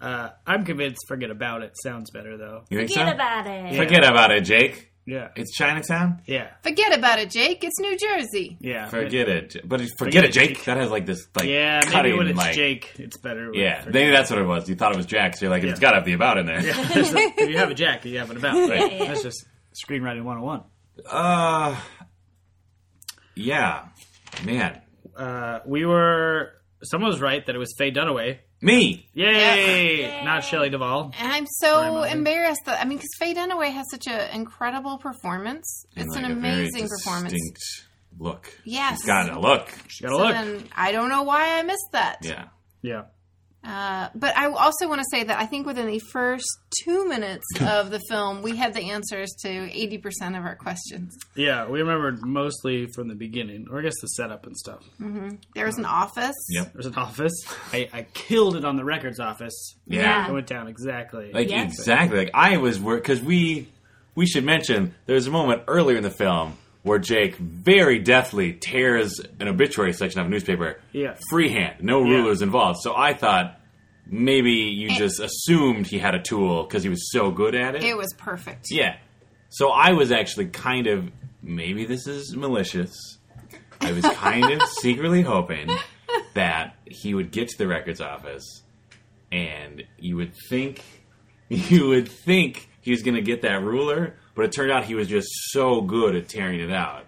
D: Uh, I'm convinced forget about it sounds better though.
B: You think
C: Forget
B: so?
C: about it.
B: Forget about it, Jake.
D: Yeah,
B: It's Chinatown.
D: yeah,
A: Forget about it, Jake. It's New Jersey.
D: yeah.
B: Forget it, J- but forget,
D: Forget
B: it,
D: it,
B: Jake.
D: Jake.
B: That has like this like
D: Yeah, maybe
B: cutting
D: when it's
B: like
D: Jake, it's better. with
B: yeah.
D: forget
B: Maybe that's what it was. You thought it was Jack, so you're like, it's got to be about in there.
D: if you have a jack, you have an about.
B: Right.
D: That's just screenwriting 101.
B: Uh, yeah, man,
D: Uh, we were. Someone was right that it was Faye Dunaway.
B: me.
D: Yay! Not Shelley Duvall.
A: And I'm so embarrassed that, I mean, because Faye Dunaway has such an incredible performance.
B: And,
A: It's
B: like,
A: an
B: a very
A: amazing performance.
B: distinct Look,
A: Yes.
B: He's got a Oh, look.
D: She got a
A: So
D: look.
A: then I don't know why I missed that.
B: Yeah,
D: yeah.
A: Uh, but I also want to say that I think within the first two minutes of the film, we had the answers to 80% of our questions.
D: Yeah, we remembered mostly from the beginning, or I guess the setup and stuff.
A: There was an office.
B: Yep.
D: There's an office. I, I killed it on the records office.
B: yeah.
C: Yeah.
D: I went down exactly.
B: Like
C: Yeah.
B: exactly. Like I was work because we we should mention there's a moment earlier in the film where Jake very deftly tears an obituary section of a newspaper.
D: Yeah.
B: Freehand, no
D: Yeah.
B: rulers involved. So I thought maybe you just assumed he had a tool because he was so good at
A: It was perfect.
B: Yeah. So I was actually kind of maybe this is malicious. I was kind of secretly hoping that he would get to the records office and you would think you would think he was going to get that ruler, but it turned out he was just so good at tearing it out.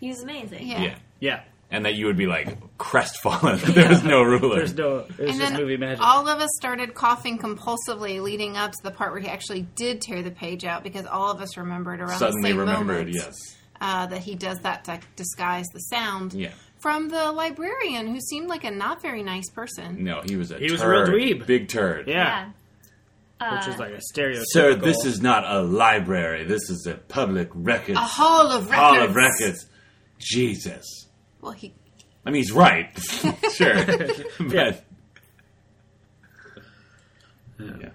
C: He was amazing.
A: Yeah.
B: Yeah.
D: yeah.
B: And that you would be like crestfallen that there was no ruler.
D: There's no. It was
A: And
D: just
A: then
D: movie magic.
A: all of us started coughing compulsively leading up to the part where he actually did tear the page out because all of us remembered around
B: Suddenly
A: the same
B: remembered,
A: moment,
B: yes.
A: uh, that he does that to disguise the sound
B: Yeah.
A: from the librarian who seemed like a not very nice person.
B: No, he was a
D: He was a real
B: turd.
D: dweeb.
B: Big turd.
D: yeah.
C: Yeah.
D: Which is like a stereotypical.
B: Sir, this is not a library. This is a public records
A: A hall of records.
B: hall of Ah, records. Jesus.
A: Well, he
B: I mean, he's right. sure. but, yeah.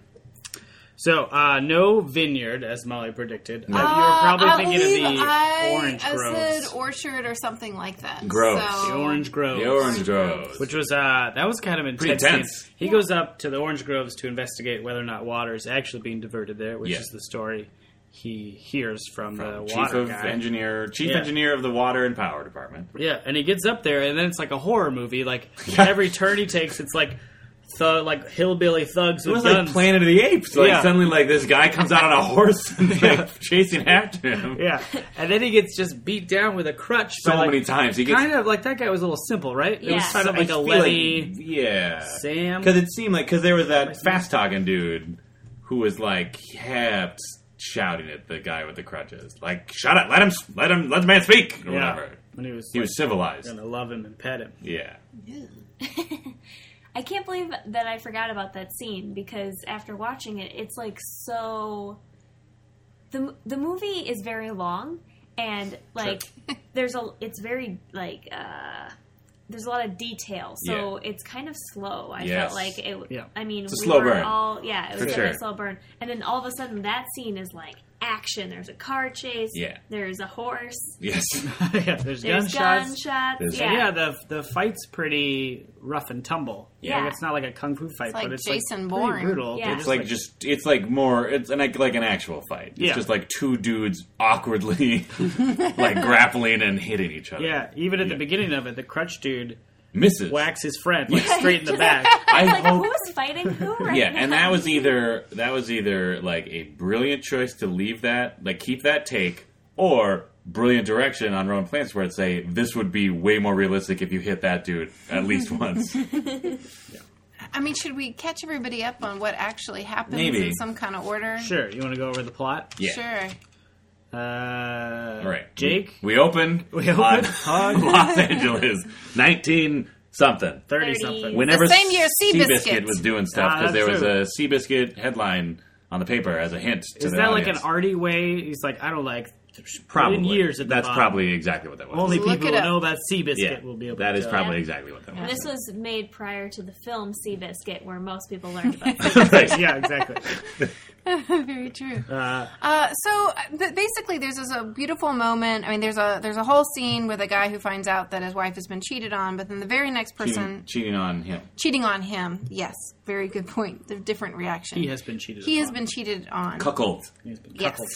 D: So, uh, no vineyard, as Molly predicted. Uh,
A: Uh,
D: you were
A: I
D: probably thinking of
A: believe
D: the
A: I-
D: orange
A: I
D: groves.
A: said orchard or something like that.
B: Groves.
D: the
A: So,
D: orange groves.
B: The orange groves.
D: Which was uh that was kind of
B: Pretty
D: intense.
B: tense.
D: He goes up to the orange groves to investigate whether or not water is actually being diverted there, which
B: Yeah.
D: is the story he hears from, the
B: chief
D: uh, water
B: of
D: guy.
B: engineer, chief
D: Yeah.
B: engineer of the water and power department.
D: Yeah, and he gets up there, and then it's like a horror movie. Like every turn he takes, it's like thug, like hillbilly thugs
B: It
D: with
B: was like
D: guns.
B: Planet of the Apes. Like
D: Yeah.
B: suddenly, like this guy comes out on a horse and they're like, chasing after him.
D: yeah, and then he gets just beat down with a crutch.
B: So
D: by, like,
B: many times he gets
D: Kind of like that guy was a little simple, right? It was
C: Yeah.
D: kind of
B: I
D: like a
B: feel
D: Lenny
B: like- yeah,
D: Sam.
B: because it seemed like because there was that fast talking dude who was like kept shouting at the guy with the crutches, like "Shut up! Let him! Let him! Let the man speak!" or
D: yeah,
B: whatever.
D: when he was,
B: He
D: like,
B: was civilized.
D: gonna love him and pet him.
B: Yeah,
C: I can't believe that I forgot about that scene because after watching it, it's like so. the The movie is very long, and like there's a it's very like uh, there's a lot of detail, so it's kind of slow. I
B: Yes.
C: felt like it.
D: Yeah.
C: I mean,
B: It's a
C: we
B: slow
C: were
B: burn.
C: All yeah, it was
B: For
C: definitely a
B: sure.
C: slow burn, and then all of a sudden that scene is like action. There's a car chase.
B: Yeah.
C: There's a horse.
B: yes,
D: yeah, there's,
C: There's gunshots.
D: gunshots.
B: There's-
D: Yeah,
C: yeah.
D: the the fight's pretty rough and tumble.
C: Yeah.
D: Like, it's not like a kung fu fight,
A: like
D: but it's
A: Jason
D: like pretty
A: Bourne.
D: brutal.
C: Yeah.
D: They're
B: it's like just it's like more it's an, like an actual fight. It's
D: Yeah.
B: just like two dudes awkwardly like grappling and hitting each other.
D: yeah. Even at
B: Yeah.
D: the beginning of it, the crutch dude
B: misses.
D: whacks his friend like straight in the back.
B: I
C: like
B: hope
C: who's fighting who right
B: yeah,
C: now?
B: and that was either that was either like a brilliant choice to leave that, like keep that take, or brilliant direction on Rowan Plants where it'd say this would be way more realistic if you hit that dude at least once.
A: I mean, should we catch everybody up on what actually happens
B: Maybe.
A: in some kind of order?
D: Sure, you want to go over the plot?
B: Yeah.
A: Sure.
D: Uh,
B: All right,
D: Jake.
B: We, we open.
D: We open on-
B: Los Angeles, nineteen something.
D: 30 something.
C: When-
B: Whenever
A: The same year
B: Seabiscuit
A: Seabiscuit.
B: was doing stuff
D: Ah,
B: because there was
D: that's
B: a Seabiscuit headline on the paper as a hint. To
D: Is
B: the
D: that like
B: audience.
D: an arty way? He's like, I don't like. there's
B: Probably
D: been years at the
B: That's
D: bottom.
B: probably exactly what that was.
D: only
A: Look
D: people
A: it
D: who
A: up.
D: know about Seabiscuit
B: yeah,
D: will be able.
B: that
D: to
B: is
D: tell.
B: probably
C: Yeah.
B: exactly what that was.
C: this was made prior to the film Seabiscuit, where most people learned about it.
B: Right.
D: yeah, exactly.
A: Very true. Uh, so th- basically, there's this a beautiful moment. I mean, there's a there's a whole scene with a guy who finds out that his wife has been cheated on, but then the very next person
B: cheating, cheating on him.
A: cheating on him. Yes, very good point. The different reaction.
D: He has been cheated.
A: He has
D: upon.
A: been cheated on.
B: Cuckold.
D: He's been
A: Yes.
D: cuckolded.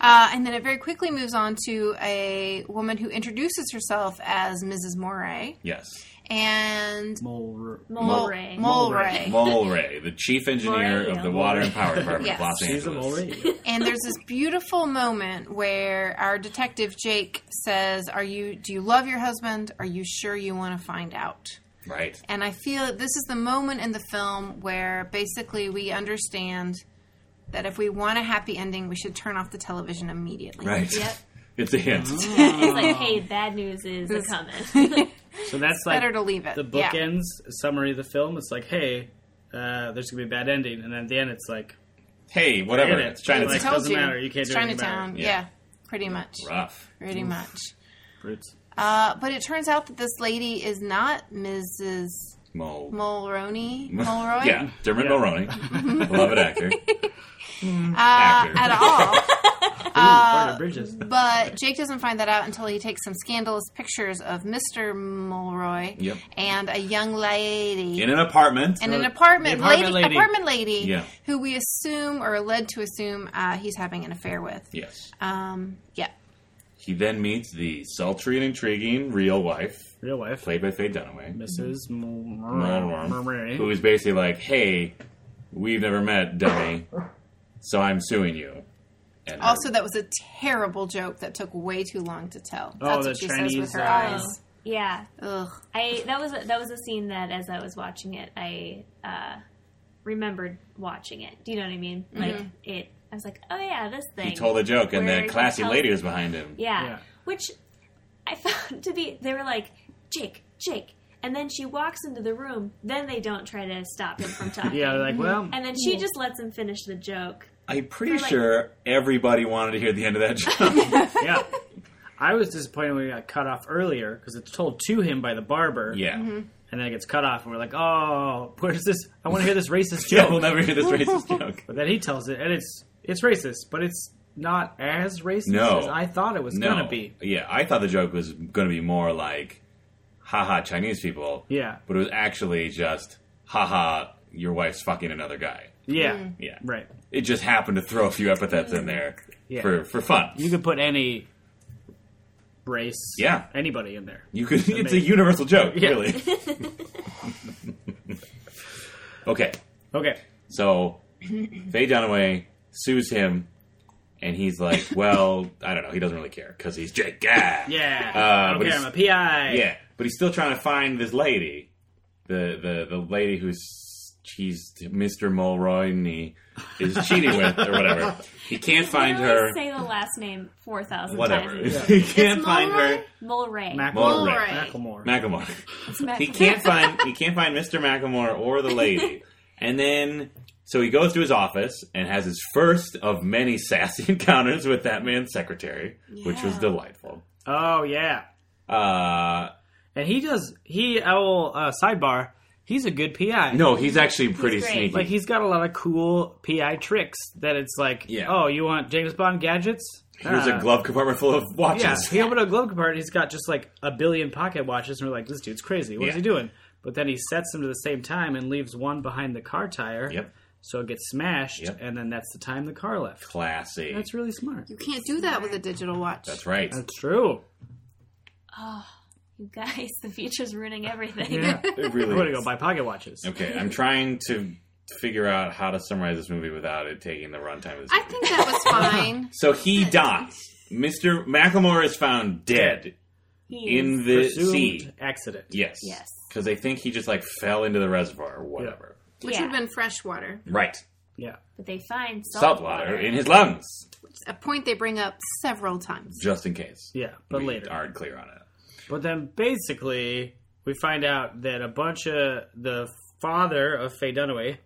A: Uh, and then it very quickly moves on to a woman who introduces herself as Mrs. Moray
B: Yes.
A: and
D: Mole-
A: Mol-
C: Mulray.
A: Mulray.
B: Mulray, the chief engineer
C: Mulray,
B: of the
C: yeah.
B: Water and Power Department
A: Yes.
B: of Los Angeles.
D: She's a mole radio.
A: And there's this beautiful moment where our detective Jake says, "Are you? Do you love your husband? Are you sure you want to find out?"
B: Right.
A: And I feel that this is the moment in the film where basically we understand that if we want a happy ending, we should turn off the television immediately.
B: Right.
C: Yep.
B: It's a hint.
A: Uh-huh.
C: It's like, hey, bad news is a coming.
D: So that's like
A: Better to leave it.
D: the
A: Yeah.
D: bookends summary of the film. It's like, hey, uh, there's gonna be a bad ending, and then at the end, it's like,
B: Hey, whatever.
D: Get it.
B: It's trying
D: Like-
B: to
A: Told
D: doesn't matter. You can't
A: it's
D: do anything about it.
A: Chinatown.
B: Yeah.
A: Yeah. pretty much.
B: rough.
A: Pretty much.
D: brutes.
A: Uh, but it turns out that this lady is not Mrs.
B: Mole.
A: Mulroney. Mulroy.
B: Yeah, Dermot
D: Yeah.
B: Mulroney. Beloved actor.
A: Uh,
B: Actor.
A: at all. Uh,
D: Bernard Bridges.
A: But Jake doesn't find that out until he takes some scandalous pictures of Mr. Mulroy
B: Yep.
A: and a young lady
B: In an apartment.
A: and an apartment,
D: The apartment
A: lady,
D: lady.
A: apartment lady,
B: Yeah.
A: who we assume or are led to assume uh, he's having an affair with.
B: yes.
A: Um, yeah,
B: He then meets the sultry and intriguing real wife,
D: Real life.
B: played by Faye Dunaway.
D: Mrs.
B: Mulroney, Mmm. who
D: Mulroney.
B: is basically like, "Hey, we've never met, dummy, so I'm suing you." And her-
A: Also, that was a terrible joke that took way too long to tell.
D: Oh,
A: That's
D: the
A: what she says
D: Chinese,
A: with her
D: uh,
A: eyes.
C: yeah,
A: Ugh.
C: I that was a, that was a scene that as I was watching it, I uh, remembered watching it. Do you know what I mean? Like it, I was like, oh yeah, this thing.
B: he told a joke, and
C: Where
B: the
C: he
B: classy
C: tells-
B: lady was behind him.
C: Yeah.
D: Yeah.
C: Which I found to be, they were like, Jake, Jake. And then she walks into the room. Then they don't try to stop him from talking.
D: Yeah, like, well,
C: And then she just lets him finish the joke.
B: I'm pretty
C: They're like-
B: sure everybody wanted to hear the end of that joke.
D: yeah. I was disappointed when we got cut off earlier because it's told to him by the barber.
C: Mm-hmm.
B: yeah,
D: and then it gets cut off, and we're like, "Oh, where's this? I want to hear this racist
B: Yeah,
D: joke."
B: we'll never hear this racist joke.
D: But then he tells it, and it's it's racist, but it's not as racist
B: No.
D: as I thought it was
B: No.
D: gonna be.
B: Yeah, I thought the joke was going to be more like, haha, Chinese people.
D: Yeah.
B: But it was actually just, haha, your wife's fucking another guy.
D: Yeah,
B: Yeah.
D: right.
B: It just happened to throw a few epithets in there
D: Yeah.
B: for, for fun.
D: You could put any race,
B: Yeah.
D: anybody in there.
B: You could. It's a
D: Amazing.
B: universal joke,
D: Yeah.
B: really. okay,
D: Okay,
B: so Faye Dunaway sues him, and he's like, "Well, I don't know. He doesn't really care because he's Jake Guy.
D: yeah,
B: Uh, but
D: okay,
B: he's-
D: I'm a PI.
B: yeah. But he's still trying to find this lady, the the the lady who's she's Mr. Mulroney is cheating with or whatever. He can't find
C: you
B: her.
C: Say the last name four thousand
B: Whatever.
C: times.
B: he can't find her.
C: Mulray.
D: Macklemore.
B: Mulray.
D: Macklemore.
B: Macklemore.
C: It's Mac-
B: he can't find he can't find Mr. Macklemore or the lady. And then so he goes to his office and has his first of many sassy encounters with that man's secretary, which was
C: Yeah.
B: delightful.
D: oh yeah,
B: Uh
D: and he does. He I will uh, sidebar. He's a good PI.
B: no, he's actually pretty
C: great.
B: sneaky.
D: Like he's got a lot of cool PI tricks that it's like,
B: Yeah.
D: oh, you want James Bond gadgets?
B: Here's
D: Ah.
B: a glove compartment full of watches.
D: Yeah, he opened a glove compartment. He's got just like a billion pocket watches, and we're like, this dude's crazy. What's
B: Yeah.
D: he doing? But then he sets them to the same time and leaves one behind the car tire.
B: Yep.
D: So it gets smashed,
B: Yep.
D: and then that's the time the car left.
B: Classy.
D: That's really smart.
A: You can't do that with a digital watch.
B: That's right.
D: That's true.
C: you guys, the future's ruining everything.
D: Yeah.
B: It
D: we're
B: really
D: going to
B: is.
D: go buy pocket watches.
B: Okay, I'm trying to figure out how to summarize this movie without it taking the runtime of this
A: I
B: movie.
A: think that was fine.
B: So he dies. Mr. Macklemore is found dead
C: He
B: in the
D: Presumed
B: sea.
D: accident.
B: Yes.
C: Yes.
B: Because they think he just like fell into the reservoir or whatever.
A: Which would have been fresh water.
B: Right.
D: Yeah.
C: but they find salt,
B: Salt water in his lungs,
A: A point they bring up several times.
B: just in case.
D: Yeah, but
B: we
D: later.
B: aren't clear on it.
D: But then basically, we find out that a bunch of the father of Faye Dunaway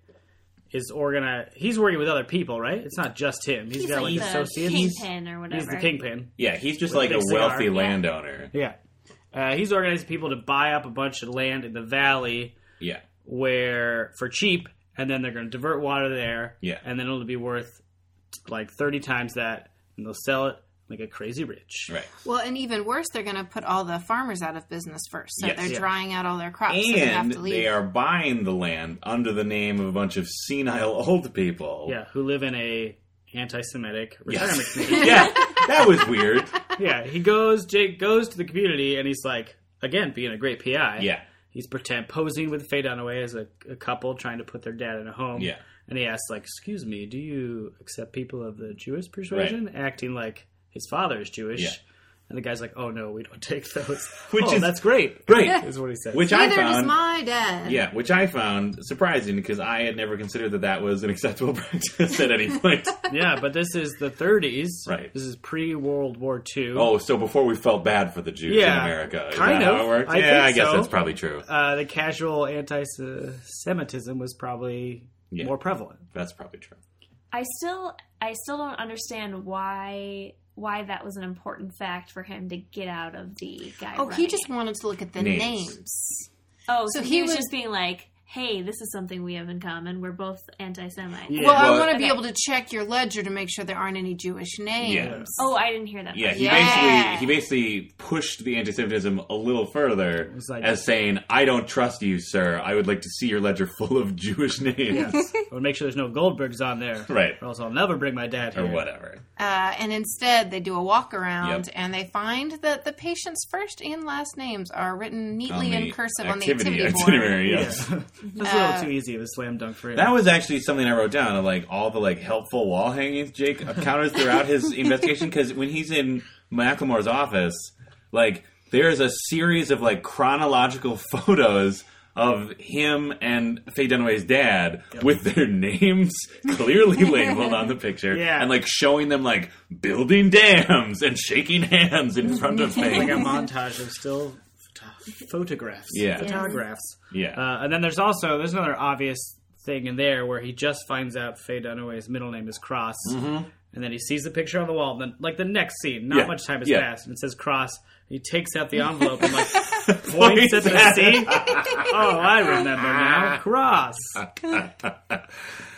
D: is organized. He's working with other people, right? It's not just him. he's
C: He's
D: got like,
C: like the
D: associates.
C: kingpin or whatever.
D: He's the kingpin.
B: Yeah, he's just
D: With
B: like
D: a
B: a
D: big cigar.
B: wealthy
D: Yeah.
B: landowner.
D: Yeah. Uh, he's organizing people to buy up a bunch of land in the valley
B: Yeah.
D: where for cheap, and then they're going to divert water there.
B: Yeah.
D: And then it'll be worth like 30 times that, and they'll sell it like a crazy rich.
B: Right.
A: Well, and even worse, they're going to put all the farmers out of business first. So
B: Yes.
A: they're
B: Yeah.
A: drying out all their crops, so they have
B: And
A: to leave.
B: they are buying the land under the name of a bunch of senile old people.
D: Yeah, who live in a anti-Semitic retirement
B: Yes.
D: community.
B: yeah. That was weird.
D: yeah, he goes. Jake goes to the community, and he's like, again, being a great PI.
B: Yeah.
D: he's pretend posing with Faye Dunaway as a, a couple trying to put their dad in a home.
B: Yeah.
D: and he asks like, "Excuse me, do you accept people of the Jewish persuasion?" Acting like his father is Jewish.
B: Yeah.
D: And the guy's like, "Oh no, we don't take those."
B: Which
D: "Oh,
B: is-
D: that's great,
B: Right.
D: is what he said.
B: Which I
A: Neither does
B: found.
A: my dad.
B: Yeah, which I found surprising because I had never considered that that was an acceptable practice at any point.
D: yeah, but this is the 30s.
B: Right.
D: This is pre World War II.
B: Oh, so before we felt bad for the Jews in
D: Yeah,
B: America, is
D: kind
B: that
D: of.
B: how it worked?
D: I
B: yeah,
D: think
B: I guess
D: so.
B: that's probably true.
D: Uh, the casual anti-Semitism was probably
B: Yeah.
D: more prevalent.
B: That's probably true.
C: I still, I still don't understand why why that was an important fact for him to get out of the guy.
A: Oh, he
C: running
A: just
C: it.
A: wanted to look at the
B: Names.
A: names.
C: Oh,
A: so
C: so,
A: he
C: he was,
A: was-
C: just being like, "Hey, this is something we have in common. We're both anti-Semites."
D: Yeah.
A: Well, I
B: Well-
A: want to be
C: Okay.
A: able to check your ledger to make sure there aren't any Jewish names.
C: Oh, I didn't hear that.
B: Yeah,
C: part.
B: he
A: Yeah.
B: basically he basically pushed the anti-Semitism a little further
D: was like-
B: as saying, "I don't trust you, sir. I would like to see your ledger full of Jewish names
D: I would make sure there's no Goldbergs on there.
B: Right.
D: Or else I'll never bring my dad here.
B: or whatever."
A: Uh, and instead, they do a walk around
B: Yep.
A: and they find that the patient's first and last names are written
B: On
A: neatly in
B: the
A: cursive on
B: activity
A: the activity board.
B: itinerary,
D: Yeah.
B: yes.
D: That's a little too easy of a slam dunk for him.
B: That was actually something I wrote down. of, Like all the like helpful wall hangings Jake encounters throughout his investigation. Because when he's in Macklemore's office, like there's a series of like chronological photos of him and Faye Dunaway's dad with their names clearly labeled on the picture,
D: Yeah.
B: and like showing them like building dams and shaking hands in front of
D: like a
B: things.
D: montage of still phot- photographs.
B: Yeah.
D: Photographs.
B: yeah,
D: Uh, and then there's also, there's another obvious thing in there where he just finds out Faye Dunaway's middle name is Cross. and then he sees the picture on the wall. And then, like the next scene, not
B: Mm-hmm. Yeah.
D: much time has
B: Yeah.
D: passed, and it says cross. He takes out the envelope and like points at the sea. oh, I remember now, cross. yeah,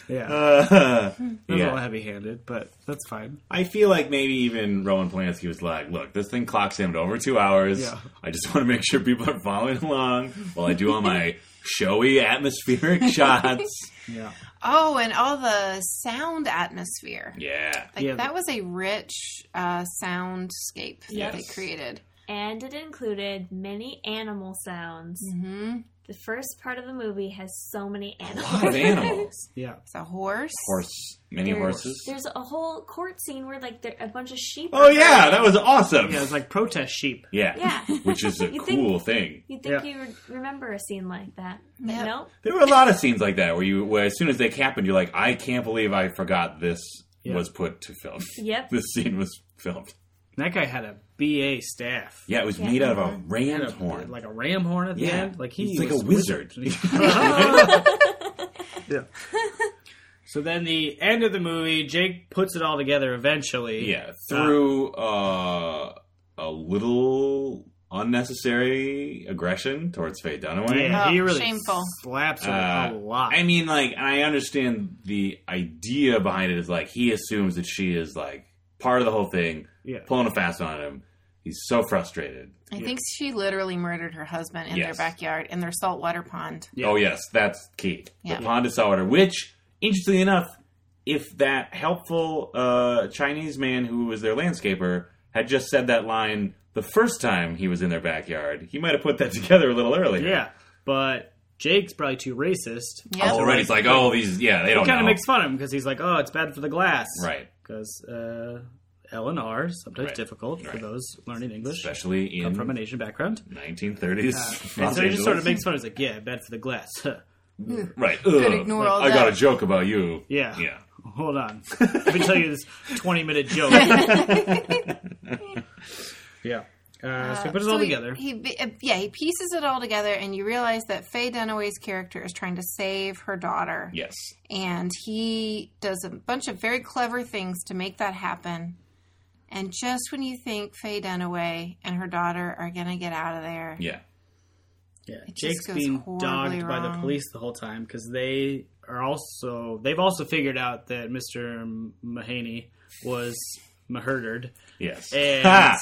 B: Uh,
D: that's a little
B: yeah.
D: heavy-handed, but that's fine.
B: I feel like maybe even Roman Polanski was like, look, this thing clocks in at over two hours.
D: Yeah.
B: I just want to make sure people are following along while I do all my showy atmospheric shots.
D: Yeah,
A: Oh, and all the sound atmosphere.
B: Yeah.
A: Like
D: Yeah.
A: that was a rich uh, soundscape that they
B: Yes.
A: created.
C: and it included many animal sounds.
A: hmm
C: The first part of the movie has so many
B: A
C: animals.
B: lot of animals.
D: yeah.
A: It's a horse.
B: Horse. Many
C: There's-
B: horses.
C: There's a whole court scene where like there, a bunch of sheep.
B: Oh,
C: are
B: yeah.
C: fighting.
B: That was awesome.
D: Yeah, it's like protest sheep.
B: Yeah.
C: Yeah.
B: Which is a
C: You think-
B: cool thing.
C: You'd
D: Yeah.
C: think you would remember a scene like that, but
A: Yep.
C: no.
B: There were a lot of scenes like that where you, where as soon as they happened, you're like, I can't believe I forgot this
D: Yeah.
B: was put to film.
C: Yep.
B: This scene was filmed.
D: And that guy had a BA staff.
B: Yeah, it was
C: Yeah.
B: made out of a
D: He had
B: ram's
D: a-
B: horn.
D: like a ram horn at the
B: Yeah.
D: end. Like he
B: He's like
D: was
B: a wizard.
D: yeah. So then the end of the movie, Jake puts it all together eventually.
B: yeah, through uh, a little unnecessary aggression towards Faye Dunaway.
D: Yeah, he
A: Oh,
D: really
A: shameful.
D: slaps her a
B: Uh,
D: lot.
B: I mean, like, I understand the idea behind it is like he assumes that she is like part of the whole thing,
D: yeah.
B: pulling a fast one on him. He's so frustrated.
A: I
D: Yeah.
A: think she literally murdered her husband in
B: Yes.
A: their backyard in their saltwater pond.
D: Yeah.
B: Oh yes, that's key.
A: Yeah.
B: The pond is saltwater, which, interestingly enough, if that helpful uh, Chinese man who was their landscaper had just said that line the first time he was in their backyard, he might have put that together a little earlier.
D: Yeah. But Jake's probably too racist.
A: Yep.
B: Already, it's like, oh, these, yeah, they don't
D: He kind
B: know.
D: of makes fun of him because he's like, oh, it's bad for the glass.
B: right,
D: Because uh, L and R is sometimes
B: Right.
D: difficult for
B: Right.
D: those learning English.
B: especially in
D: Come from an Asian background.
B: 1930s.
D: And
B: Los
D: so he just
B: Angeles.
D: sort of makes fun. He's like, yeah, bad for the glass.
B: right.
A: Could
B: ugh,
A: ignore
B: like,
A: all
B: I
A: that.
B: got a joke about you.
D: Yeah.
B: yeah.
D: Hold on. Let me tell you this 20 minute joke. yeah. Uh, so he puts it
A: So
D: all
A: he-
D: together.
A: He, be- uh, yeah, he pieces it all together, and you realize that Faye Dunaway's character is trying to save her daughter,
B: Yes.
A: and he does a bunch of very clever things to make that happen. And just when you think Faye Dunaway and her daughter are going to get out of there,
B: Yeah.
D: yeah.
A: just
D: Jake's
A: goes
D: being
A: horribly
D: dogged by the
A: wrong.
D: police the whole time because they are also, they've also figured out that Mr. Mahaney was murdered.
B: Yes.
D: And,
B: Ha!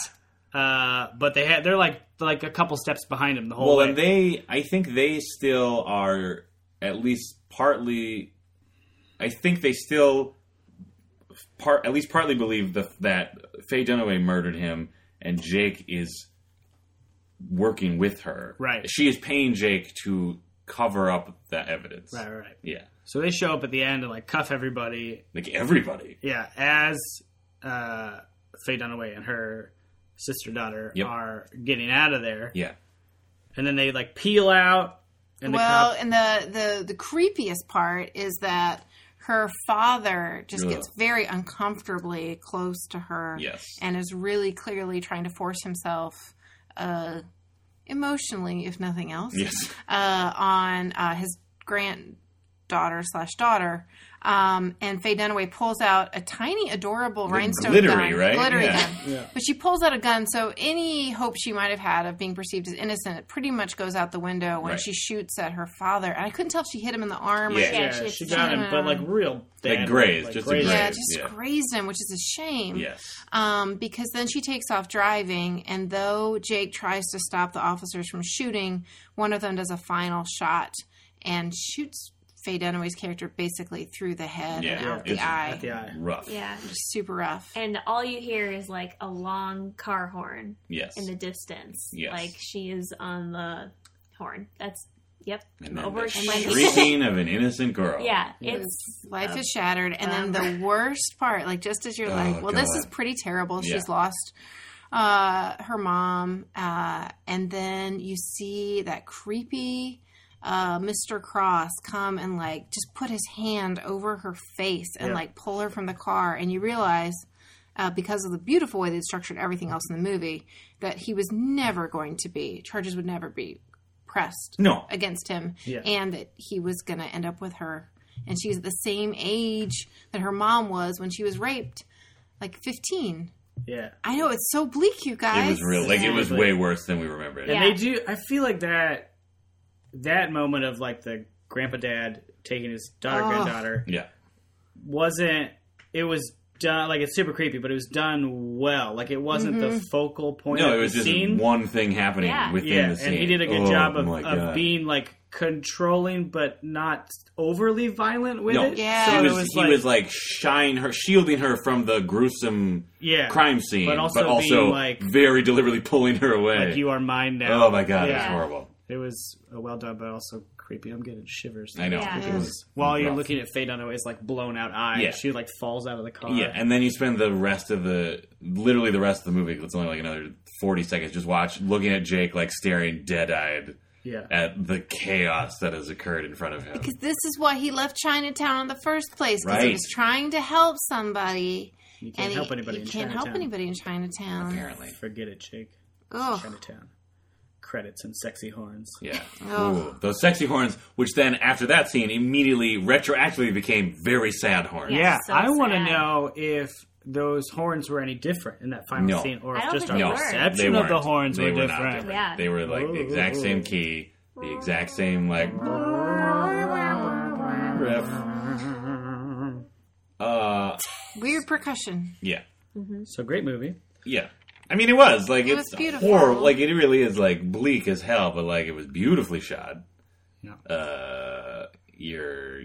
D: uh, but they had, they're like, like a couple steps behind him the whole
B: Well,
D: way.
B: and they, I think they still are at least partly. I think they still part at least partly believe the, that Faye Dunaway murdered him, and Jake is working with her.
D: Right.
B: She is paying Jake to cover up that evidence.
D: right, right, right.
B: Yeah.
D: So they show up at the end and like cuff everybody
B: Like everybody.
D: Yeah, as uh, Faye Dunaway and her sister daughter
B: Yep.
D: are getting out of there,
B: Yeah.
D: and then they like peel out, and the
A: well,
D: cop,
A: and the, the the creepiest part is that her father just
B: Ugh.
A: gets very uncomfortably close to her,
B: Yes.
A: and is really clearly trying to force himself, uh, emotionally, if nothing else,
B: Yes.
A: uh, on uh, his granddaughter slash daughter. Um, and Faye Dunaway pulls out a tiny, adorable
B: The
A: rhinestone
B: glittery,
A: gun,
B: right?
A: glittery
B: Yeah.
A: gun.
D: Yeah.
A: But she pulls out a gun, so any hope she might have had of being perceived as innocent it pretty much goes out the window when
B: Right.
A: she shoots at her her father. And I couldn't tell if she hit him in the arm.
B: Yeah.
A: Or,
D: yeah,
C: she-
D: she got him, but like real bad,
B: Like grazed, just a
A: yeah,
B: Right,
A: just
B: yeah.
A: grazed him, which is a shame.
B: Yes.
A: Um, because then she takes off driving, and though Jake tries to stop the officers from shooting, one of them does a final shot and shoots Faye Dunaway's character basically through the head and
B: Yeah.
A: out the
B: It's-
A: eye.
D: at the eye.
B: Rough.
C: Yeah.
A: Super rough.
C: And all you hear is like a long car horn
B: Yes.
C: in the distance.
B: Yes.
C: Like she is on the horn. That's yep.
B: And then
C: Over
B: the
C: explaining.
B: shrieking of an innocent girl.
C: Yeah,
A: It was-
C: it's
A: life is shattered, and then the worst part, like just as you're
B: Oh,
A: like, well, this
B: God.
A: is pretty terrible.
B: Yeah.
A: She's lost uh, her mom, uh, and then you see that creepy uh, Mr. Cross come and like just put his hand over her face and
D: Yeah.
A: like pull her from the car, and you realize. Uh, because of the beautiful way they structured everything else in the movie, that he was never going to be charges would never be pressed
B: No.
A: against him
D: Yeah.
A: and that he was going to end up with her and she's the same age that her mom was when she was raped like 15.
D: Yeah.
A: I know it's so bleak, you guys.
B: It was real. Like it was
D: Yeah.
B: way worse than we remembered.
C: Yeah.
B: Yeah.
D: And they do. I feel like that that moment of like the grandpa dad taking his daughter
A: Oh.
D: granddaughter wasn't. It was done like it's super creepy, but it was done well. Like it wasn't the focal point.
B: No,
D: of
B: it was
D: the
B: just
D: scene.
B: one thing happening
C: Yeah.
B: within
D: Yeah,
B: the scene.
D: and he did a good
B: Oh,
D: job of,
B: my
D: of
B: God.
D: being like controlling, but not overly violent with
B: No,
D: it.
A: Yeah.
D: so
B: he was,
D: it was
B: he
D: like,
B: was like shying her, shielding her from the gruesome
D: yeah,
B: crime scene,
D: But
B: but
D: also
B: also,
D: being, like-
B: very deliberately pulling her away.
D: Like you are mine now.
B: oh my god,
D: Yeah.
B: it's horrible.
D: It was uh, well done, but also creepy. I'm getting shivers.
B: I know.
C: Yeah.
B: It was
D: While you're
B: rough.
D: looking at Faye Dunaway's like blown out eye,
B: Yeah.
D: she like falls out of the car.
B: Yeah, and then you spend the rest of the literally the rest of the movie. It's only like another forty seconds. Just watch looking at Jake like staring dead eyed
D: yeah.
B: at the chaos that has occurred in front of him.
A: Because this is why he left Chinatown in the first place. Because he
B: Right.
A: was trying to help somebody.
D: You can't
A: and
D: help
A: he,
D: anybody
A: he
D: in
A: can't help
D: Chinatown.
A: anybody in Chinatown.
B: Apparently,
D: Forget it, Jake.
A: Ugh.
D: Chinatown. Credits and sexy horns.
B: yeah.
C: Oh.
A: Ugh.
B: Ooh, those sexy horns, which then after that scene immediately retroactively became very sad horns.
C: Yeah,
D: Yeah,
C: so
D: I want to
C: sad.
D: know if those horns were any different in that final
B: No.
D: scene, or
C: I
D: if
C: don't
D: just
C: think
D: our
C: they
B: No,
C: were.
B: they
D: perception
B: weren't.
D: of the horns
B: they
D: were,
B: not
D: different.
C: Yeah.
B: They were like the exact same key, the exact same like riff. Uh,
A: Weird percussion.
B: yeah.
D: So great movie.
B: Yeah. I mean, it was like
A: It
B: it's
A: was beautiful.
B: horrible. Like it really is like bleak as hell, but like it was beautifully shot.
D: Yeah.
B: Uh, you're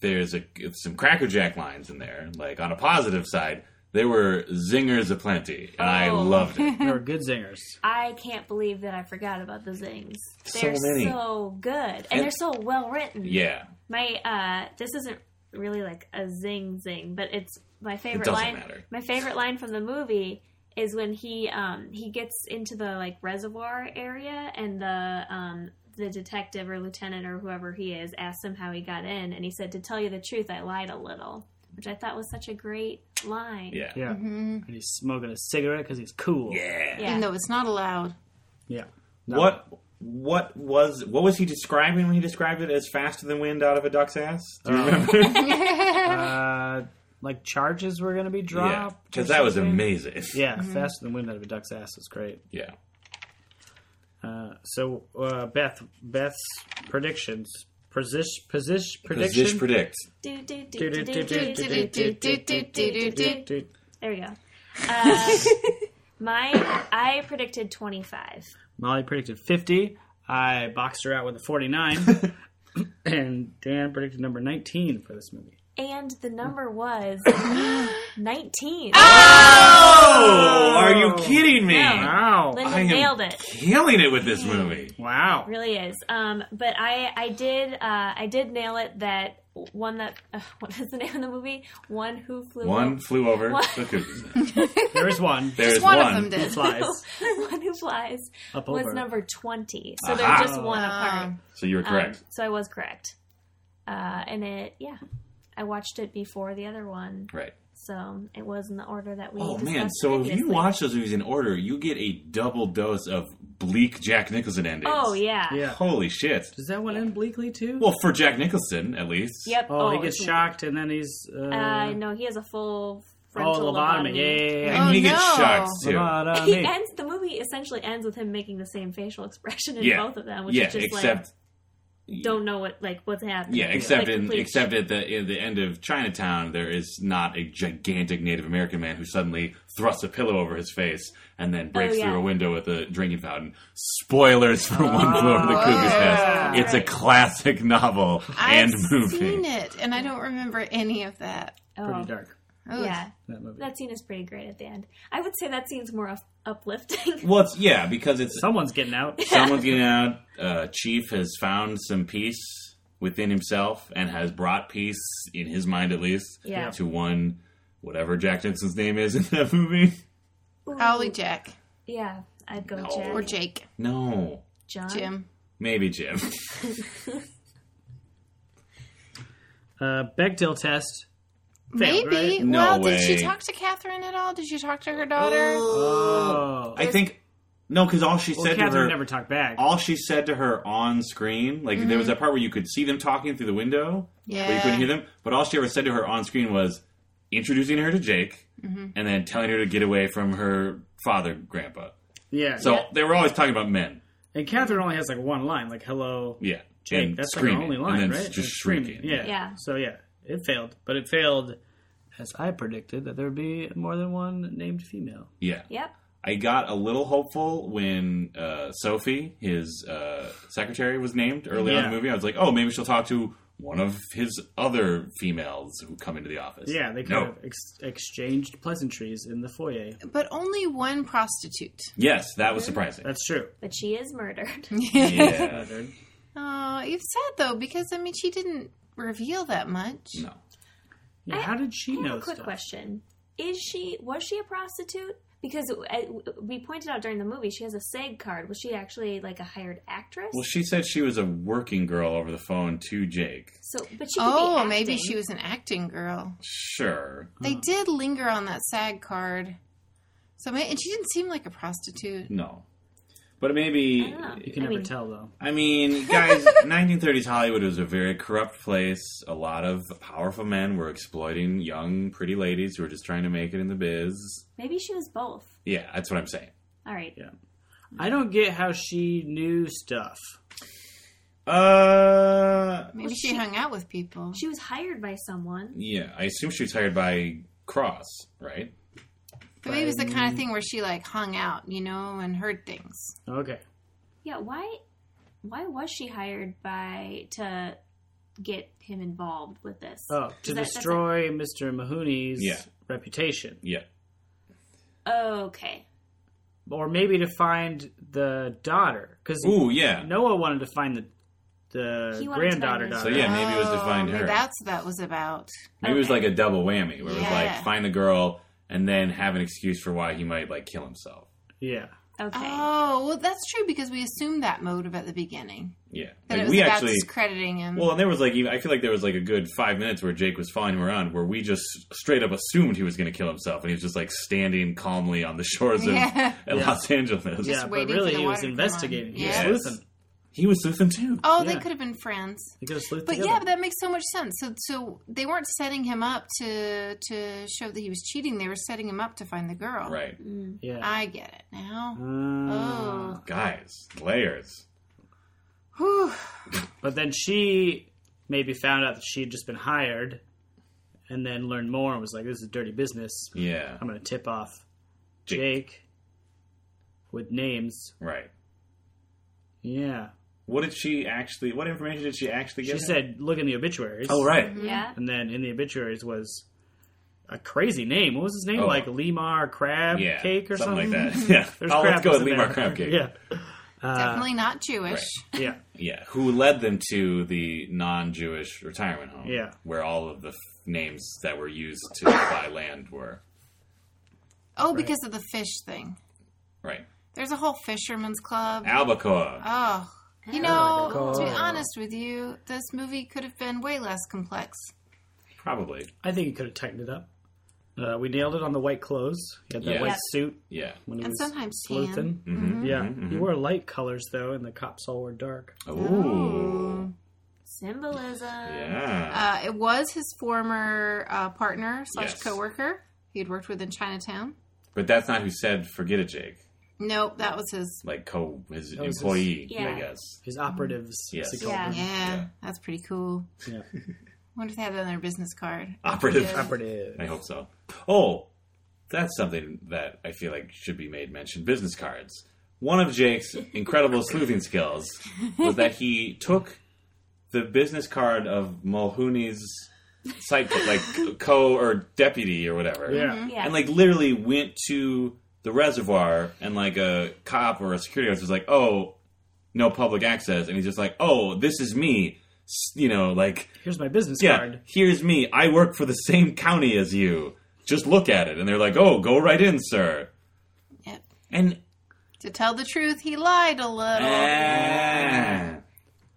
B: there's a some crackerjack lines in there. Like on a positive side, there were zingers aplenty, and I
C: Oh.
B: loved it.
D: They were good zingers.
C: I can't believe that I forgot about the zings.
B: So
C: They're so,
B: many.
C: good, and, they're so well written.
B: Yeah,
C: My uh, this isn't really like a zing zing, but it's my favorite
B: doesn't
C: line.
B: matter.
C: My favorite line from the movie is when he um he gets into the like reservoir area and the um the detective or lieutenant or whoever he is asked him how he got in and he said to tell you the truth I lied a little which I thought was such a great line
B: yeah,
D: Yeah. And he's smoking a cigarette because he's cool.
B: yeah.
C: Yeah.
A: Even though it's not allowed.
D: Yeah. No.
B: What what was what was he describing when he described it as faster than wind out of a duck's ass? Do you remember?
D: Uh, like charges were going to be
B: yeah,
D: dropped. or
B: because that was
D: something?
B: amazing.
D: Yeah, faster than wind out of a duck's ass was great.
B: yeah.
D: Uh, so uh, Beth, Beth's predictions, position, position, prediction.
B: Zish predicts.
C: do do do
D: Do,
C: do
D: do, do, do, do, do, do, do, do, do, do,
C: do
D: do.
C: There we go. Uh, my I predicted 25.
D: Molly predicted 50. I boxed her out with a 49. and Dan predicted number 19 for this movie.
C: And the number was 19.
D: Ah!
B: Oh, are you kidding me?
C: No.
D: Wow.
C: Linda
B: I am-
C: nailed it.
B: Killing it with this movie.
D: Wow.
C: Really is. Um, but I I did uh, I did nail it that one that uh, what is the name of the movie? One who flew
B: One flew over
C: What?
B: the cuckoo's nest.
D: There is one.
B: There's
A: Just one, of them
D: It
A: did.
D: flies
C: One who flies
D: up
C: was
D: over.
C: number 20. So they're
B: Aha.
C: just one apart.
A: Um,
B: So you were
C: Um,
B: correct.
C: so I was correct. Uh, and it, yeah, I watched it before the other one,
B: right.
C: so it was in the order that we.
B: Oh
C: discussed
B: man, so if you
C: previously.
B: watch those movies in order, you get a double dose of bleak Jack Nicholson endings.
C: Oh yeah.
D: Yeah.
B: Holy shit.
D: Does that one end bleakly too?
B: Well, for Jack Nicholson, at least.
C: Yep.
D: oh, he gets
C: it's-
D: shocked and then he's. Uh,
C: Uh, no, he has a full
D: oh,
C: frontal
D: lobotomy. Yeah,
B: And
D: yeah,
A: Oh,
B: he gets
A: no.
B: shocked
D: yeah.
B: too.
D: Lobotomy.
C: He ends the movie essentially ends with him making the same facial expression in
B: Yeah.
C: both of them, which
B: Yeah,
C: is just
B: except
C: like don't know what like what's happening.
B: Yeah, except
C: Like,
B: in
C: complete-
B: except at the in the end of Chinatown, there is not a gigantic Native American man who suddenly thrusts a pillow over his face and then breaks
C: Oh, yeah.
B: through a window with a drinking fountain. Spoilers for One
C: Oh,
B: Flew Over the Cuckoo's
A: yeah.
B: Nest. It's a classic novel
A: I've
B: and movie.
A: seen it, and I don't remember any of that.
D: Pretty
C: oh,
D: dark.
A: Ugh.
C: yeah,
D: That movie.
C: that scene is pretty great at the end. I would say that scene's more up- uplifting.
B: Well, it's, yeah, because it's
D: Someone's getting out.
B: someone's getting out. Uh, Chief has found some peace within himself and has brought peace in his mind, at least,
C: Yeah.
B: to one whatever Jack Nicholson's name is in that movie.
A: Probably Jack
C: Yeah, I'd go
B: No.
C: Jack.
A: or Jake,
B: No.
C: John.
A: Jim.
B: Maybe Jim.
D: Uh, Bechdel test. Failed,
A: Maybe.
D: right?
B: No
A: well, did she
B: way. Uh,
A: talk to Catherine at all? Did she talk to her daughter?
D: Oh.
B: I think no, because all she
D: well,
B: said
D: Catherine
B: to her,
D: never talked back.
B: all she said to her on screen, like there was
D: Mm-hmm.
B: that part where you could see them talking through the window, but you
A: yeah.
B: couldn't hear them. But all she ever said to her on screen was, introducing her to Jake
D: Mm-hmm.
B: and then telling her to get away from her father, Grandpa.
D: Yeah.
B: So they were always talking about men.
D: and Catherine only has like one line, like "Hello,
B: Yeah.
D: Jake."
B: and
D: that's like,
B: screaming,
D: her only line,
B: and then
D: right?
B: just
D: And
B: shrieking.
D: screaming. Yeah.
C: Yeah.
D: So yeah, it failed, but it failed as I predicted that there would be more than one named female.
B: Yeah.
C: Yep.
B: I got a little hopeful when uh, Sophie, his uh, secretary, was named early on in
D: Yeah.
B: the movie. I was like, oh, maybe she'll talk to one of his other females who come into the office.
D: Yeah, they kind
B: no.
D: of ex- exchanged pleasantries in the foyer.
A: But only one prostitute.
B: Yes, that was surprising.
D: That's true.
C: But she is murdered.
B: yeah.
A: Oh, it's sad though because I mean she didn't reveal that much.
B: No.
D: Yeah, how did she
C: I have
D: know?
C: a quick
D: stuff?
C: question: Is she was she a prostitute? Because uh, we pointed out during the movie she has a SAG card. Was she actually like a hired actress?
B: Well, she said she was a working girl over the phone to Jake.
C: so, but she could
A: Oh,
C: be
A: maybe
C: acting.
A: she was an acting girl.
B: Sure.
A: They did linger on that SAG card. So may- and she didn't seem like a prostitute.
B: No. But maybe.
C: I don't know.
D: You can
C: I
D: never
C: mean-
D: tell though.
B: I mean, guys, 1930s Hollywood was a very corrupt place. A lot of powerful men were exploiting young, pretty ladies who were just trying to make it in the biz.
C: Maybe she was both.
B: Yeah, that's what I'm saying.
C: All right.
D: Yeah. I don't get how she knew stuff.
B: Uh,
A: Maybe she, hung out with people.
C: She was hired by someone.
B: yeah, I assume she was hired by Cross, right?
A: But maybe it's the
B: Mm.
A: kind of thing where she like hung out, you know, and heard things.
D: Okay.
C: Yeah. Why? Why was she hired by to get him involved with this?
D: Oh, to
C: Is that-
D: destroy Mr. Mahoney's
B: Yeah.
D: reputation,
B: Yeah.
C: Okay.
D: or maybe to find the daughter, because
B: Ooh, yeah.
D: Noah wanted to find the the
C: He wanted to
D: granddaughter.
C: find Mr.
D: Daughter.
B: So yeah, maybe it was to
A: Oh,
B: find
A: maybe
B: her.
A: That's what that was about.
B: Maybe it was like a double whammy, where it was
A: Yeah.
B: like find the girl and then have an excuse for why he might like kill himself.
D: yeah.
C: Okay.
A: Oh, well, that's true because we assumed that motive at the beginning.
B: Yeah,
A: That
B: Like,
A: it was
B: we
A: about
B: actually.
A: discrediting him.
B: Well, and there was like even, I feel like there was like a good five minutes where Jake was following him around, where we just straight up assumed he was going to kill himself, and he was just like standing calmly on the shores of
A: Yeah.
B: at Los Angeles.
D: yeah, but
A: waiting for
D: really
A: the
D: he
A: water
D: was
A: to come
D: investigating.
A: on.
D: He was
A: Yeah.
B: Yes.
D: sleuthing.
B: He was with them too.
A: oh, they
D: yeah.
A: could have been friends.
D: They could have sleuth
A: But
D: together.
A: yeah, but that makes so much sense. So, so they weren't setting him up to to show that he was cheating. They were setting him up to find the girl.
B: Right,
C: Mm.
D: yeah.
A: I get it
D: Mm.
A: now.
D: Uh,
A: Oh,
B: guys, layers.
A: Whew.
D: But then she maybe found out that she had just been hired, and then learned more and was like, "This is dirty business.
B: Yeah,
D: I'm going to tip off
B: Jake.
D: Jake with names."
B: right.
D: Yeah.
B: What did she actually? What information did she actually
D: She
B: get?
D: said, look in the obituaries.
B: "Oh, right,
C: Yeah.
D: And then in the obituaries was a crazy name. What was his name?
B: Oh.
D: Like Lemar Crab
B: yeah,
D: Cake or something?
B: something, like that." Yeah,
D: There's
B: oh, let's
D: crab
B: go with
D: in there.
B: Lemar crab cake.
D: Yeah. Uh,
A: definitely not Jewish.
D: Yeah.
B: Yeah, who led them to the non-Jewish retirement home?
D: Yeah.
B: where all of the f- names that were used to buy land were
A: Oh, because of the fish thing.
B: right.
A: There's a whole fisherman's club.
B: Albacore.
A: Oh, you know,
D: Albacore.
A: to be honest with you, this movie could have been way less complex.
B: Probably.
D: I think he could have tightened it up. Uh, we nailed it on the white clothes. He had that
B: Yeah.
D: white
C: Yeah.
D: suit
B: Yeah.
D: when he
A: And
D: was
A: sometimes tan.
D: sleuthing.
B: Mm-hmm.
D: Yeah. He wore light colors, though, and the cops all were dark.
B: Ooh.
C: Symbolism.
B: Yeah.
A: Uh, it was his former uh, partner slash
B: Yes.
A: coworker he'd worked with in Chinatown.
B: But that's not who said forget it, Jake.
A: Nope, that was his.
B: Like co his
D: was his-
B: employee,
C: Yeah.
B: I guess.
D: His operatives.
B: Yes.
D: as he called
C: Yeah.
A: Mm-hmm. Yeah,
D: them.
A: that's pretty cool.
D: Yeah.
A: Wonder if they had that on their business card.
B: Operative.
D: Operative.
B: I hope so. Oh, that's something that I feel like should be made mention. Business cards. One of Jake's incredible sleuthing skills was that he took the business card of Mulhooney's site, like co or deputy or whatever.
D: Yeah.
A: Mm-hmm.
C: Yeah.
B: and like literally went to the reservoir and like a cop or a security guard was like oh no public access and he's just like oh this is me S- you know like
D: Here's my business
B: yeah
D: card.
B: here's me i work for the same county as you just look at it and they're like oh go right in sir
A: Yep.
B: and
A: To tell the truth, he lied a little.
B: ah,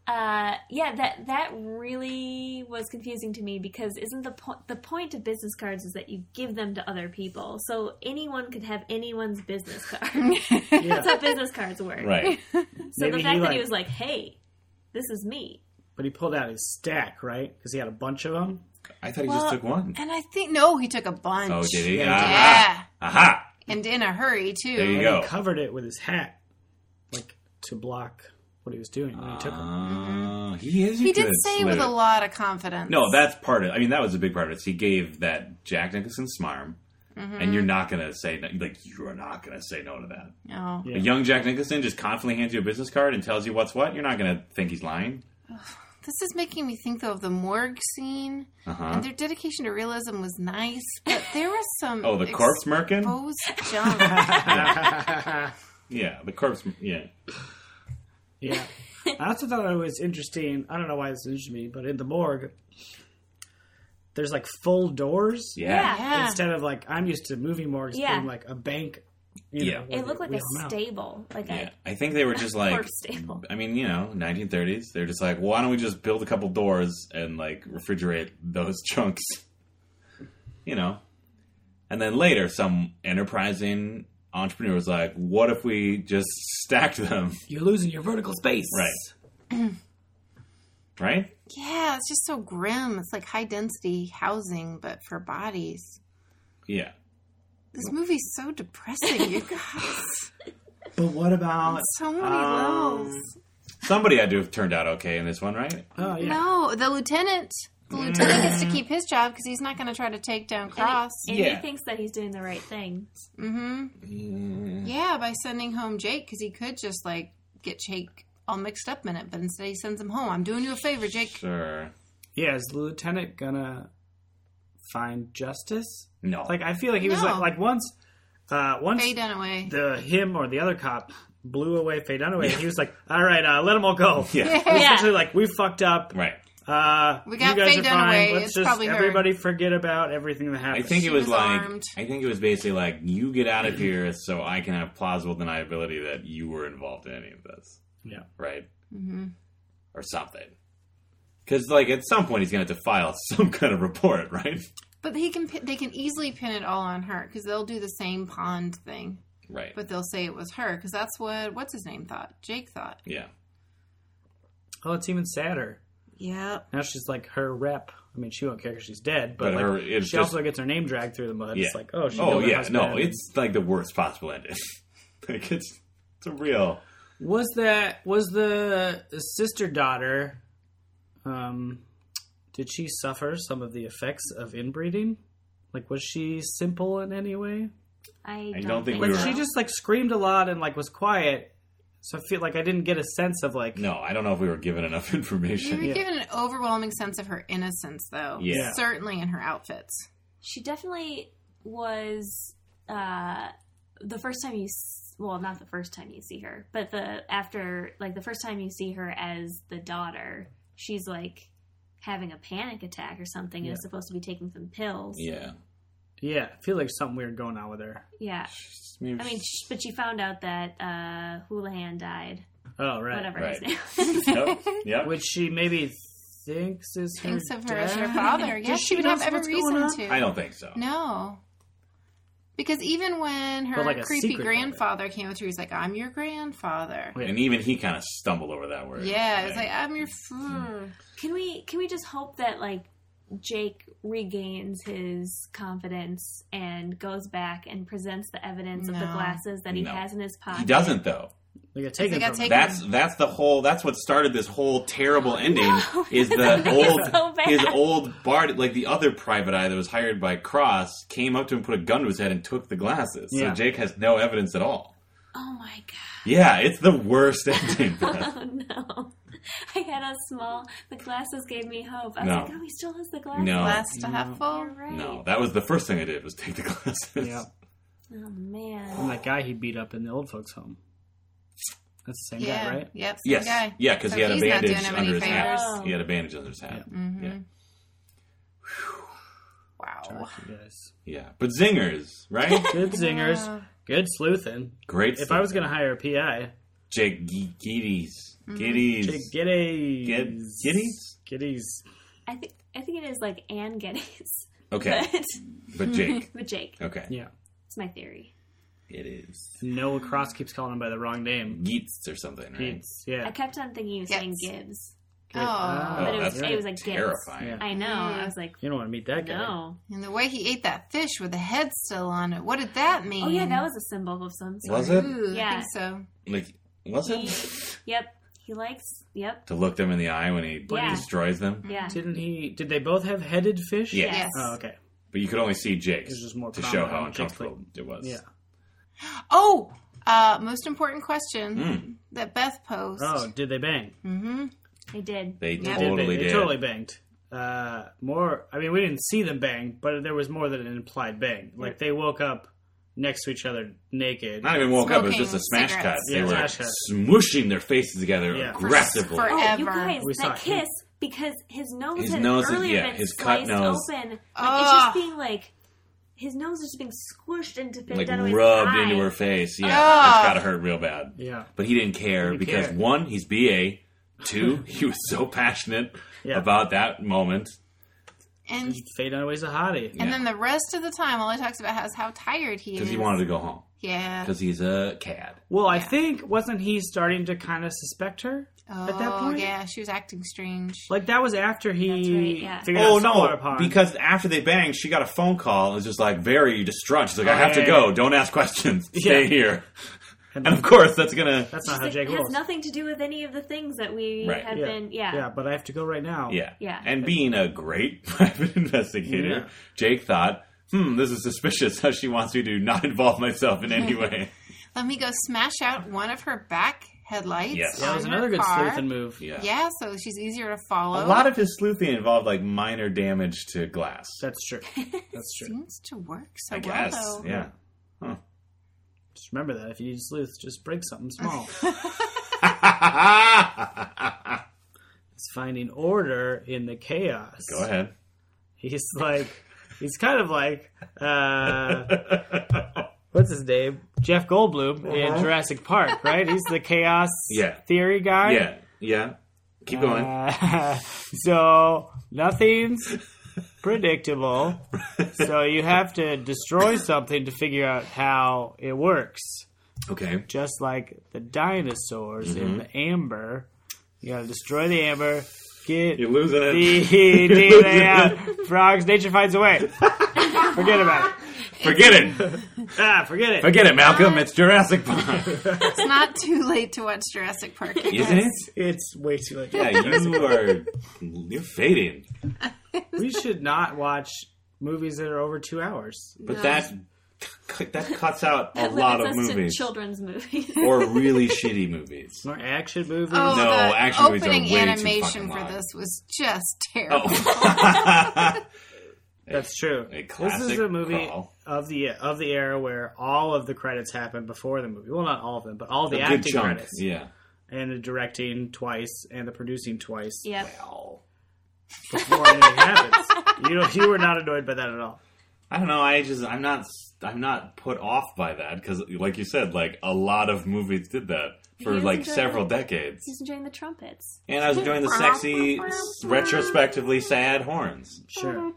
C: Uh, yeah, that that really was confusing to me because isn't the po- the point of business cards is that you give them to other people, so anyone could have anyone's business card. That's how business cards work.
B: right
C: So
D: Maybe
C: the
D: he,
C: fact that
D: like-
C: he was like, "Hey, this is me."
D: But he pulled out his stack, right? Because he had a bunch of them.
B: I thought he just took one.
A: And I think no, he took a bunch.
B: Oh, did he?
D: Yeah.
B: Aha.
A: Yeah,
B: Aha.
A: and in a hurry too.
B: There you
D: And
B: go.
D: he covered it with his hat, like to block what he was doing when he took him.
B: Ah, he is. A
A: He did
B: good
A: say it with a
B: sleuth.
A: lot of confidence.
B: No, that's part of. I mean, that was a big part of it. He gave that Jack Nicholson smarm, and you're not gonna say no, like you're not gonna say no to that.
A: No.
D: Yeah.
B: A young Jack Nicholson just confidently hands you a business card and tells you what's what. You're not gonna think he's lying.
A: This is making me think though of the morgue scene.
B: Uh huh.
A: And their dedication to realism was nice, but there was some
B: Oh, the corpse merkin.
A: exposed junk.
B: Ah. Yeah, the corpse. Yeah.
D: Yeah. I also thought it was interesting. I don't know why this interested me, but in the morgue, there's like full doors.
B: Yeah.
A: Yeah.
D: Instead of like, I'm used to movie morgues
C: Yeah.
D: being like a bank. You
B: Yeah.
D: Know, where
C: It looked
D: they
C: like a
D: wheel 'em out.
C: stable, like
B: Yeah. I think they were just
C: a
B: like
C: corpse stable.
B: I mean, you know, 1930s. They're just like, why don't we just build a couple doors and like refrigerate those chunks? You know, and then later, some enterprising entrepreneur was like, what if we just stacked them?
D: You're losing your vertical space.
B: Right. right.
A: yeah, it's just so grim. It's like high density housing, but for bodies.
B: Yeah.
A: This movie's so depressing, you guys.
D: But what about?
A: So many
D: Um,
A: lows.
B: Somebody had to have turned out okay in this one, right?
D: Oh yeah. Mm.
A: No, the lieutenant. The lieutenant gets to keep his job because he's not going to try to take down Cross.
C: And
B: Yeah.
C: he thinks that he's doing the right thing.
A: hmm
B: Mm,
A: Yeah, by sending home Jake because he could just like get Jake all mixed up in it, but instead he sends him home. I'm doing you a favor, Jake.
B: Sure.
D: Yeah. Is the lieutenant gonna find justice?
B: No.
D: Like I feel like he was
A: No.
D: like like once, uh, once
A: Faye Dunaway.
D: the him or the other cop blew away Faye Dunaway, and he was like, "All right, uh, let them all go."
B: yeah.
D: It was
C: Yeah.
D: Essentially, like we fucked up.
B: Right.
D: Uh,
A: We got
D: you guys
A: Faye
D: are fine.
A: Dunaway.
D: Let's
A: It's
D: just
A: probably her.
D: everybody forget about everything that
B: I
D: happened.
B: think
A: She
B: it was,
A: was
B: like
A: armed.
B: I think it was basically like you get out of here so I can have plausible deniability that you were involved in any of this,
D: Yeah.
B: right?
A: hmm
B: Or something. Because like at some point he's gonna have to file some kind of report, right?
A: But he can. pin- They can easily pin it all on her because they'll do the same pond thing,
B: Right.
A: but they'll say it was her because that's what what's his name thought. Jake thought.
B: yeah.
D: Well, Oh, it's even sadder.
A: Yep.
D: Now she's like her rep. I mean, she won't care because she's dead, but,
B: But
D: like,
B: her- it's
D: she also gets her name dragged through the mud.
B: Yeah.
D: It's like, oh, she
B: oh
D: killed her
B: yeah. No,
D: husband.
B: it's like the worst possible ending. like it's it's a real.
D: was that was the sister daughter. Um, did she suffer some of the effects of inbreeding? Like, was she simple in any way?
C: I don't,
B: don't think we
D: Like,
B: were-
D: she just like screamed a lot and like was quiet. So I feel like I didn't get a sense of like
B: No, I don't know if we were given enough
A: You were
B: information.
D: Yeah.
A: given an overwhelming sense of her innocence, though.
B: Yeah.
A: Certainly in her outfits.
C: She definitely was uh, the first time you. s- Well, not the first time you see her, but the after, like the first time you see her as the daughter, she's like having a panic attack or something, and is supposed to be taking some pills.
B: Yeah.
D: yeah, I feel like something weird going on with her.
C: Yeah.
B: Maybe
C: I mean, sh but she found out that uh, Houlihan died.
D: Oh right,
C: Whatever
B: Right.
C: his name. is.
B: Yep. yep.
D: which she maybe thinks is her
A: Thinks of her as her
D: dad?
A: father.
D: Does
A: Yes, she would
D: know
A: have every
D: what's going
A: reason
D: on?
A: to.
B: I don't think so.
A: No. Because even when her
D: But, like, a
A: creepy
D: secret
A: grandfather came through, he's like, I'm your grandfather.
D: Wait.
B: And even he kind of stumbled over that word.
A: Yeah, it was
B: Right.
A: like, I'm your fool.
C: Can we can we just hope that like Jake regains his confidence and goes back and presents the evidence of the
A: No.
C: glasses that he
B: No.
C: has in his pocket?
B: he doesn't though.
D: They got taken.
A: They got
D: from
A: taken.
B: That's that's the whole. That's what started this whole terrible ending. Is the old
C: so bad.
B: his old bard like the other private eye that was hired by Cross came up to him, put a gun to his head, and took the glasses.
D: Yeah.
B: So Jake has no evidence at all.
C: Oh my god!
B: Yeah, it's the worst ending. for that.
C: Oh no! I had a small. The glasses gave me hope. I was
B: No.
C: like, oh, he still has the glasses.
B: No.
A: Last to
D: No.
A: have full.
C: You're right.
B: No, that was the first thing I did was take the glasses.
D: Yeah,
C: Oh man.
D: and that guy he beat up in the old folks' home. That's the same
A: Yeah.
D: guy, right?
A: Yep. Same
B: Yes.
A: guy.
B: Yeah, because
A: So
B: he had a
A: he's not doing
B: bandage
A: him any
B: under his hat.
C: favors.
B: He had a bandage under his hat.
A: Mm-hmm.
B: Yeah.
A: Wow.
D: You guys,
B: Yeah, but zingers, right?
D: good singers,
A: Yeah.
D: good sleuthing.
B: Great.
D: If I was gonna hire a PI,
B: Jake G- Giddies,
A: Mm-hmm.
B: Giddies,
D: Jake Giddies,
B: Gid- Giddies.
D: Giddies.
C: I think I think it is like Anne Geddes,
B: Okay,
C: but
B: but Jake.
C: but Jake.
B: Okay,
D: Yeah,
C: It's my theory.
B: it is.
D: Noah Cross keeps calling him by the wrong name.
B: Geets or something, right?
D: Pete's, yeah.
C: I kept on thinking he was
A: Yes.
C: saying Gibbs.
A: Oh,
C: but it was
B: that's
C: it was like
B: terrifying.
D: Yeah.
C: I know. I was like,
D: You don't want to meet that guy.
C: no.
A: and the way he ate that fish with the head still on it. What did that mean?
C: Oh yeah, that was a symbol of some sort.
B: Was it?
A: Ooh, I
C: Yeah.
A: think so.
B: Like, was
C: He,
B: it?
C: yep. He likes. Yep.
B: to look them in the eye when he
C: Yeah.
B: destroys them?
C: Yeah.
D: Didn't he? Did they both have headed fish?
B: Yeah.
A: Yes.
D: Oh, okay.
B: But you could only see Jake's
D: It's just more
B: to show
D: prominent
B: how
D: on Jake's
B: uncomfortable it was.
D: Yeah.
A: Oh, uh, most important question
B: Mm.
A: that Beth posed.
D: Oh, did they bang?
A: Mm-hmm.
C: I did.
B: They
A: Yeah.
D: They
B: totally
D: banged.
B: did.
D: They totally banged. Uh, more. I mean, we didn't see them bang, but there was more than an implied bang. Like they woke up next to each other naked.
B: Not even woke up. It was
A: Smoking
B: just a smash cut.
A: cigarettes.
B: They
D: Yeah,
B: were
D: smash cut.
B: smooshing their faces together
D: Yeah. For-
B: aggressively.
A: for-
C: Oh, you
A: Ever.
C: guys,
D: We
C: that
D: saw him.
C: kiss because his nose
B: His
C: had
B: nose is-
C: earlier
B: yeah,
C: been
B: his cut
C: sliced
B: nose.
C: open. Like, it's
A: Ugh.
C: just being like his nose is just being squished into
B: like
C: Fandano's
B: rubbed
C: eye.
B: into her face. Yeah,
A: Ah.
B: it's gotta hurt real bad.
D: Yeah.
B: But he didn't care
D: didn't
B: because
D: care.
B: one, he's BA. Two, he was so passionate
D: Yeah.
B: about that moment.
A: And
D: Fade Dunaway's a hottie.
A: and
B: Yeah.
A: then the rest of the time, all he talks about is how tired he is.
B: Because he wanted to go home.
A: Yeah.
B: Because he's a cad.
D: Well, I think wasn't he starting to kind of suspect her
A: Oh,
D: at that point?
A: yeah, she was acting strange.
D: Like that was after he
C: That's right, yeah.
D: figured
B: Oh
D: out Solar
B: no!
D: Pond.
B: Because after they banged, she got a phone call. and was just like very distraught. She's like, "I
D: Oh,
B: have
D: yeah,
B: to
D: yeah,
B: go. Don't ask questions. Stay
D: Yeah.
B: here." And of course, that's gonna.
D: that's not how
C: It
D: Jake
C: has
D: rolls.
C: nothing to do with any of the things that we
B: Right.
C: have
D: yeah.
C: been. Yeah.
D: but I have to go right now.
B: Yeah.
C: Yeah.
B: And being a great private investigator,
D: Yeah.
B: Jake thought, "Hmm, this is suspicious. How she wants me to not involve myself in any way."
A: Let me go smash out one of her back headlights.
B: Yes.
D: that was
A: on her
D: another good
A: car.
D: sleuthing move.
B: Yeah.
A: Yeah, so she's easier to follow.
B: A lot of his sleuthing involved like minor damage to glass.
D: That's true. That's true.
A: seems to work so
B: I guess.
A: well. Though.
B: Yeah.
D: Just remember that if you need sleuth, just break something small. it's finding order in the chaos.
B: go ahead.
D: He's like, he's kind of like, uh, what's his name? Jeff Goldblum in Jurassic Park, right? He's the chaos
B: Uh-huh. Yeah.
D: theory guy.
B: Yeah. Yeah. Keep going.
D: Uh, so nothing's predictable.
B: Uh,
D: so you have to destroy something to figure out how it works.
B: okay.
D: Just like the dinosaurs
B: Mm-hmm.
D: in the amber, you gotta destroy the amber, get
B: You're losing it.
D: the DNA out. uh, Frogs, nature finds a way. Forget about it.
B: Forget it.
D: Ah, forget it.
B: Forget it, Malcolm. It's Jurassic Park.
A: It's not too late to watch Jurassic Park. I
B: Isn't
A: guess.
B: it?
D: It's way too late.
B: Yeah, you are. You're fading.
D: We should not watch movies that are over two hours.
B: But that that cuts out a
C: That
B: lot of
C: limits us
B: movies,
C: to children's movies.
B: or really shitty movies.
D: Or action movies.
A: Oh,
B: No,
A: the
B: action movies are
A: opening
B: way too
A: animation
B: fucking
A: for
B: long.
A: this was just terrible.
B: Oh.
D: That's true.
B: a
D: this
B: classic
D: is a movie
B: crawl.
D: of the of the era where all of the credits happen before the movie. Well, not all of them, but all the
B: a good
D: acting
B: chunk.
D: credits
B: Yeah.
D: and the directing twice and the producing twice
C: yep.
D: before anything happens. You know, you were not annoyed by that at all.
B: I don't know. I just I'm not I'm not put off by that because, like you said, like a lot of movies did that for
C: He's
B: like
C: enjoying-
B: several decades.
C: He's enjoying the trumpets.
B: And I was enjoying the sexy, retrospectively sad horns.
D: Sure.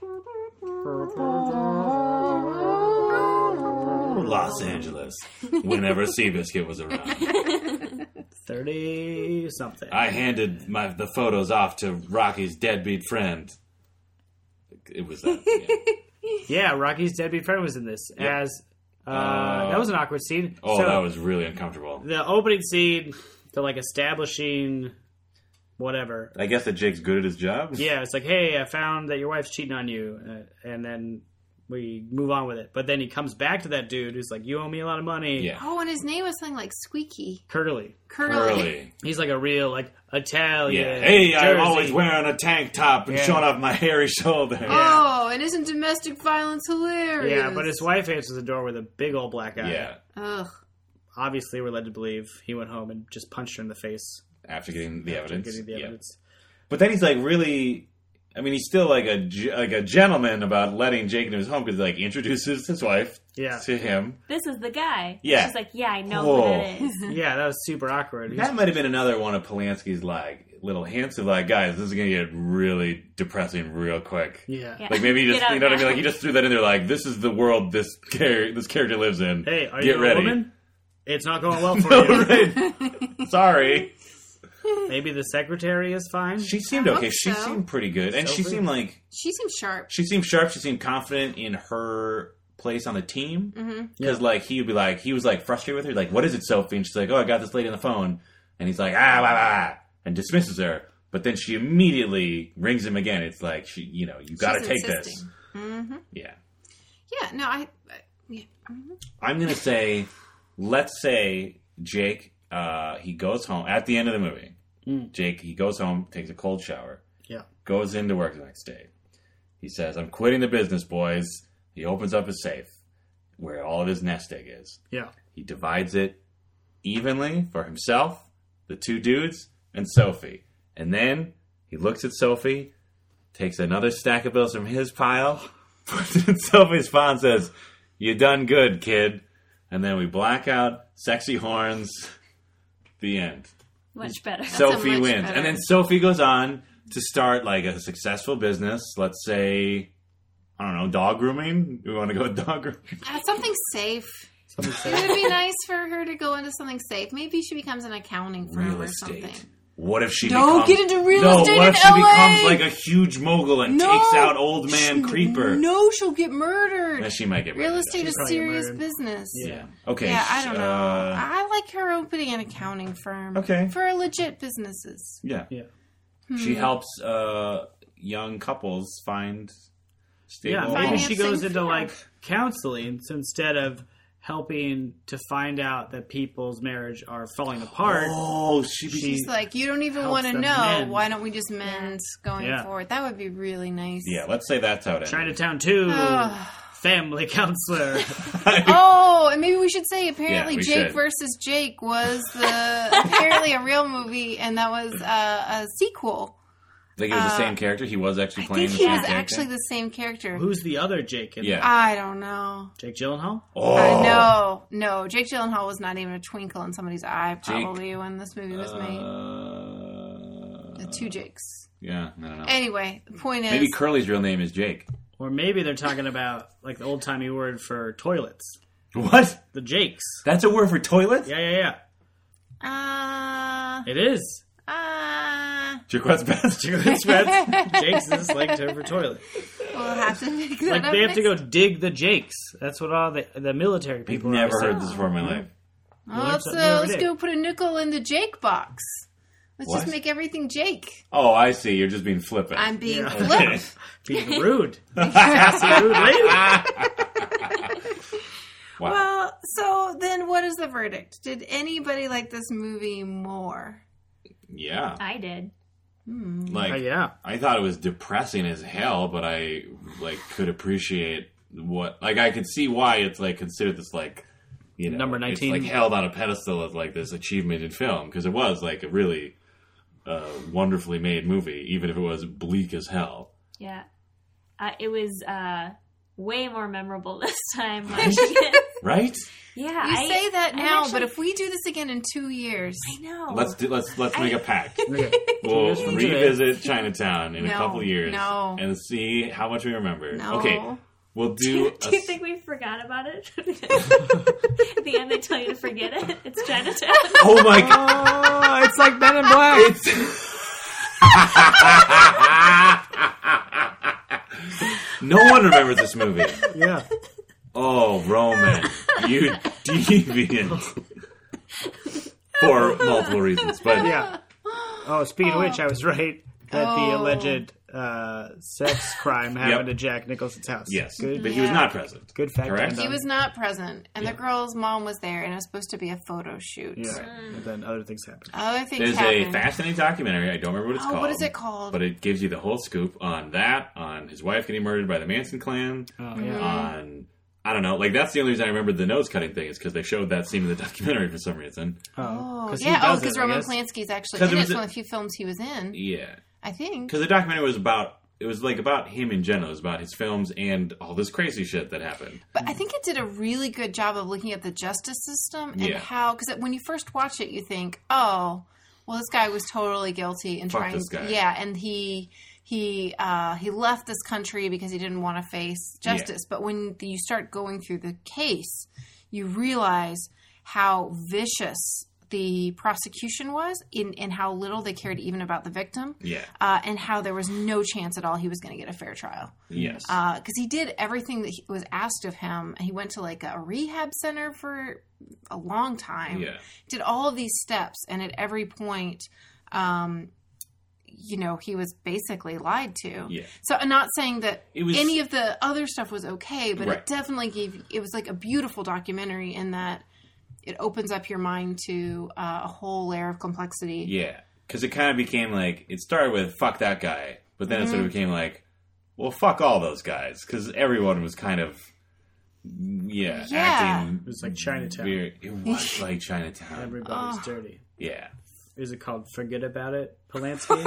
B: Los Angeles, whenever Seabiscuit was around.
D: Thirty something.
B: I handed my the photos off to Rocky's deadbeat friend. It was that. yeah.
D: yeah, Rocky's deadbeat friend was in this as uh,
B: Uh,
D: that was an awkward scene.
B: Oh,
D: So
B: that was really uncomfortable.
D: the opening scene. They're like establishing whatever
B: I guess that Jake's good at his job.
D: Yeah, it's like, hey, I found that your wife's cheating on you, uh, and then we move on with it. But then he comes back to that dude who's like, you owe me a lot of money.
B: Yeah.
A: oh, and his name was something like Squeaky.
D: Curly.
A: Curly.
B: Early.
D: He's like a real like Italian.
B: Yeah. Hey, I'm
D: Jersey.
B: always wearing a tank top and
D: Yeah.
B: showing off my hairy shoulder.
A: Oh, and isn't domestic violence hilarious?
D: Yeah, but his wife answers the door with a big old black eye.
B: Yeah.
A: Ugh.
D: Obviously, we're led to believe he went home and just punched her in the face.
B: After getting the
D: after
B: evidence.
D: Getting the
B: Yeah.
D: evidence.
B: But then he's like really. I mean, he's still like a ge- like a gentleman about letting Jake into his home because like introduces his wife
D: Yeah.
B: to him.
C: This is the guy.
B: Yeah.
C: She's like, yeah, I know
B: Whoa.
C: who that is.
D: Yeah, that was super awkward. He's-
B: That might have been another one of Polanski's like little hints of like, guys, this is gonna get really depressing real quick.
D: yeah.
C: Yeah.
B: Like maybe he just
C: Get out
B: you know what I mean?
C: now.
B: Like he just threw that in there. Like this is the world this char- this character lives in.
D: Hey, are
B: get
D: you
B: ready.
D: a woman? It's not going well for
B: No,
D: you.
B: right. Sorry.
D: Maybe the secretary is fine.
B: She seemed
A: I
B: okay.
A: hope
B: She
A: so.
B: seemed pretty good, and
D: So
B: she
D: good.
B: seemed like
A: She seems sharp.
B: she seemed sharp. She seemed confident in her place on the team.
A: Mm-hmm.
B: Because like he would be like he was like frustrated with her, like what is it, Sophie? And she's like, oh, I got this lady on the phone, and he's like ah blah, blah, blah," and dismisses her. But then she immediately rings him again. It's like she, you know, you got to
A: She's
B: take this.
A: insisting. Mhm.
B: Yeah,
A: Yeah, no, I. I- Yeah.
B: I'm gonna say, let's say Jake, uh, he goes home at the end of the movie.
D: Mm.
B: Jake, he goes home, takes a cold shower.
D: Yeah.
B: goes into work the next day. He says, I'm quitting the business, boys. He opens up his safe where all of his nest egg is.
D: Yeah.
B: He divides it evenly for himself, the two dudes, and Sophie. And then he looks at Sophie, takes another stack of bills from his pile, puts it in Sophie's pile, and says, You done good, kid. And then we black out, sexy horns, the end.
C: Much better.
A: a
B: Sophie
A: much
B: wins.
A: better-
B: And then Sophie goes on to start like a successful business. Let's say, I don't know, dog grooming. We want to go with dog grooming.
A: Uh, something safe. It would be nice for her to go into something safe. Maybe she becomes an accounting firm
B: Real
A: or
B: estate.
A: something.
B: What if she
A: No,
B: becomes,
A: get into real
B: no,
A: estate
B: what
A: in
B: if she
A: LA?
B: becomes like a huge mogul and
A: No.
B: takes out old man Creeper?
A: No, she'll get murdered.
B: Yeah, she might get
A: real
B: murdered,
A: estate is
D: probably get
A: serious
D: murdered.
A: business.
B: though. Yeah. Okay.
A: Yeah, I don't know.
B: uh,
A: I like her opening an accounting firm.
B: Okay.
A: For legit businesses.
B: yeah.
D: Yeah.
A: Hmm.
B: She helps uh, young couples find stable
D: Yeah, maybe
B: homes.
D: she
A: Financing
D: goes into
A: for-
D: like counseling so instead of helping to find out that people's marriage are falling apart.
B: Oh, she
D: She-
B: becomes
A: It's like, you don't even
D: Helps
A: want to know.
D: them mend.
A: Why don't we just mend going
D: Yeah.
A: forward? That would be really nice.
B: Yeah, let's say that's how it ends.
D: Chinatown two
A: Ugh.
D: family counselor.
A: Oh, and maybe we should say apparently
B: Yeah, we
A: Jake
B: should.
A: versus Jake was the apparently a real movie, and that was uh, a sequel.
B: Like it was the
A: Uh,
B: same character. He was actually
A: I
B: playing
A: think he
B: the same
A: was
B: character.
A: actually the same character.
D: Who's the other Jake? In
B: Yeah.
A: I don't know.
D: Jake Gyllenhaal.
B: oh,
A: Uh, no, no. Jake Gyllenhaal was not even a twinkle in somebody's eye
B: Jake-
A: probably when this movie was made.
B: Oh. Uh,
A: The two Jakes.
B: yeah, I don't know.
A: Anyway, the point is,
B: Maybe Curly's real name is Jake.
D: Or maybe they're talking about like the old timey word for toilets,
B: What?
D: the Jakes.
B: That's a word for toilet?
D: Yeah, yeah,
A: uh,
D: yeah. It is.
A: uh,
B: Jaquette's best.
D: Jake's Rats- Jake's is like term for toilet.
A: we'll have to make that
D: Like
A: up
D: they have
A: next.
D: to go dig the Jakes. That's what all the the military
B: I've
D: people.
B: never
D: always
B: heard
D: say.
B: this before in my life.
A: Oh,
D: learn
A: let's,
D: something
A: uh,
D: every
A: let's
D: day.
A: go put a nickel in the Jake box. Let's just
B: What?
A: make everything Jake.
B: Oh, I see. You're just being flippant.
A: I'm being
D: Yeah.
A: flip.
D: Being rude. That's a rude lady.
B: wow.
A: Well, so then what is the verdict? Did anybody like this movie more?
B: yeah.
C: I did.
B: Like,
D: Uh, yeah.
B: I thought it was depressing as hell, but I like could appreciate what like I could see why it's like considered this like you know
D: Number
B: it's,
D: 19.
B: like held on a pedestal as like this achievement in film because it was like a really uh, wonderfully made movie, even if it was bleak as hell.
C: Yeah. Uh, it was uh, way more memorable this time. watching it.
B: Right?
C: yeah.
A: You
C: I,
A: say that
C: I'm
A: now, but
C: actually-
A: if we do this again in two years,
C: I
D: Oh.
C: know.
B: Let's do, let's let's make a pact.
D: Okay.
B: We'll
D: Cheers from today.
B: revisit Chinatown in a
A: No,
B: couple years
A: no.
B: and see how much we remember.
A: No.
B: Okay, we'll do.
C: do,
B: a
C: you think we forgot about it? At the end, they tell you to forget it. It's Chinatown.
B: oh my god!
D: Oh, it's like Men in Black.
B: No one remembers this movie.
D: yeah.
B: Oh, Roman, you deviant. For multiple reasons, but
D: Yeah. Oh, speaking of which, I was right that the
A: Oh.
D: alleged uh, sex crime happened
B: Yep.
D: at Jack Nicholson's house.
B: yes,
D: Good.
B: but he was
A: Yeah.
B: not present.
D: Good fact.
B: Correct.
D: and um,
A: he
D: done.
A: was not present, and the girl's mom was there, and it was supposed to be a photo shoot. Oh,
D: Yeah. And then other things happened.
A: Other things
B: There's
A: happened.
B: a fascinating documentary. I don't remember what it's
A: Oh,
B: called.
A: what is it called?
B: But it gives you the whole scoop on that, on his wife getting murdered by the Manson clan,
D: Oh yeah.
B: on I don't know. Like that's the only reason I remember the nose cutting thing is because they showed that scene in the documentary for some reason.
A: Oh,
D: he
A: yeah. Oh,
D: does
A: because
D: it, I
A: Roman
D: guess.
A: Polanski's actually
B: 'Cause it
A: in it. It's
B: was a-
A: one of the few films he was in,
B: Yeah.
A: I think.
B: Because the documentary was about it was like about him in general. It was about his films and all this crazy shit that happened.
A: But I think it did a really good job of looking at the justice system and
B: Yeah.
A: how, because when you first watch it, you think, oh, well, this guy was totally guilty and
B: Fuck
A: trying,
B: this guy.
A: yeah, and he he uh, he left this country because he didn't want to face justice. But when you start going through the case, you realize how vicious the prosecution was in, in how little they cared even about the victim
B: Yeah.
A: uh, and how there was no chance at all he was going to get a fair trial
B: Yes.
A: because he did everything that he was asked of him. He went to like a rehab center for a long time.
B: Yeah.
A: Did all of these steps, and at every point, um, you know, he was basically lied to.
B: Yeah.
A: So I'm not saying that
B: It was-
A: any of the other stuff was okay, but
B: Right.
A: it definitely gave. It was like a beautiful documentary in that it opens up your mind to uh, a whole layer of complexity.
B: Yeah, because it kind of became like it started with "fuck that guy," but then it
A: Mm-hmm.
B: sort of became like, "well, fuck all those guys," because everyone was kind of yeah,
A: Yeah.
B: acting.
D: It was like Chinatown.
B: Weird. It was like Chinatown.
D: Everybody's
A: Ugh.
D: dirty.
B: Yeah,
D: Is it called Forget About It, Polanski?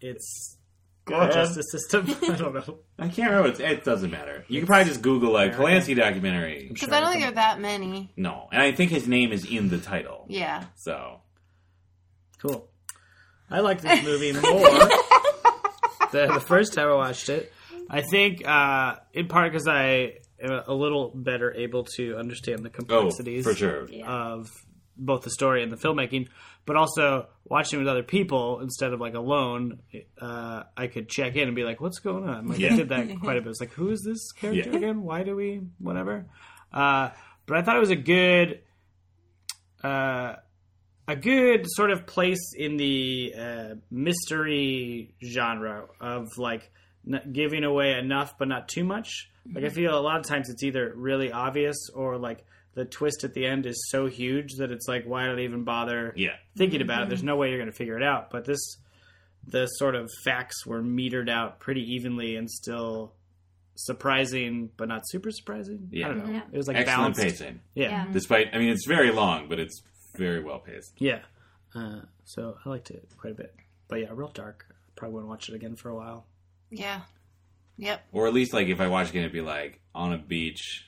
D: it's
B: ahead.
D: justice system. I don't know.
B: I can't remember. It's, it doesn't matter. You can probably just Google like Polanski documentary.
A: Because I don't think there are that many.
B: No, and I think his name is in the title.
A: Yeah.
B: So
D: Cool. I like this movie more than the first time I watched it. I think, uh, in part, because I am a little better able to understand the
B: oh,
D: complexities
B: for sure.
D: of both the story and the filmmaking, but also watching with other people instead of like alone. Uh, I could check in and be like, "What's going on?" Like
B: Yeah.
D: I did that quite a bit. It's like, "Who is this character
B: Yeah.
D: again? Why do we whatever?" Uh, but I thought it was a good, uh, a good sort of place in the uh, mystery genre of like n- giving away enough but not too much. Like I feel a lot of times it's either really obvious or like the twist at the end is so huge that it's like why did I even bother
B: Yeah,
D: thinking about it? There's no way you're going to figure it out. But this, the sort of facts were metered out pretty evenly and still surprising but not super surprising.
B: Yeah.
D: I don't know.
C: Yeah.
D: It was like
B: excellent
D: balanced.
B: pacing.
A: Mm-hmm.
D: yeah.
C: Yeah.
B: Despite, I mean, it's very long, but it's very well paced.
D: Yeah. Uh, so I liked it quite a bit. But yeah, real dark. Probably wouldn't watch it again for a while.
A: Yeah. Yep.
B: Or at least like if I watch it, it'd be like on a beach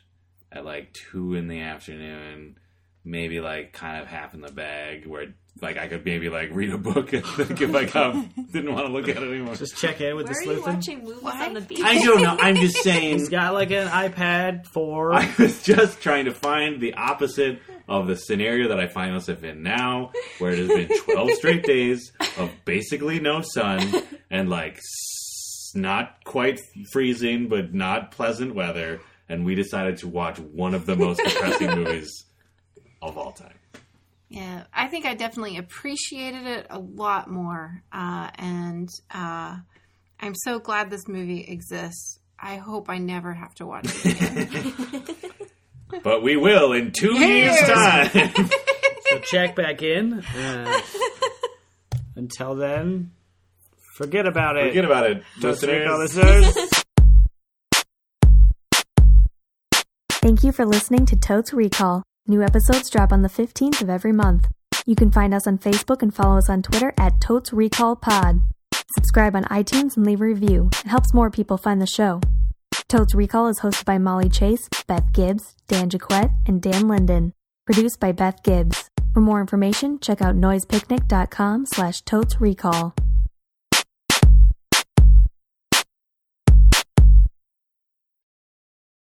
B: at like two in the afternoon, maybe like kind of half in the bag, where like I could maybe like read a book like, if I got, didn't want to look at it anymore.
D: Just check in with
C: Where
D: this
C: are you
D: Luthen.
C: watching movies
A: What?
C: on the beach?
B: I don't know. I'm just
D: He's
B: saying.
D: got like an iPad for
B: I was just trying to find the opposite of the scenario that I find myself in now, where it has been 12 straight days of basically no sun and like s- not quite freezing, but not pleasant weather. And we decided to watch one of the most depressing movies of all time.
A: Yeah, I think I definitely appreciated it a lot more. Uh, and uh, I'm so glad this movie exists. I hope I never have to watch it.
B: But we will in two years' time.
D: so check back in. Uh, until then, forget about it.
B: Forget about it,
D: Listeners,
B: listeners.
D: listeners.
E: Thank you for listening to Totes Recall. New episodes drop on the 15th of every month. You can find us on Facebook and follow us on Twitter at Totes Recall Pod. Subscribe on iTunes and leave a review. It helps more people find the show. Totes Recall is hosted by Molly Chase, Beth Gibbs, Dan Jaquette, and Dan Linden. Produced by Beth Gibbs. For more information, check out noisepicnic.com slash totes recall.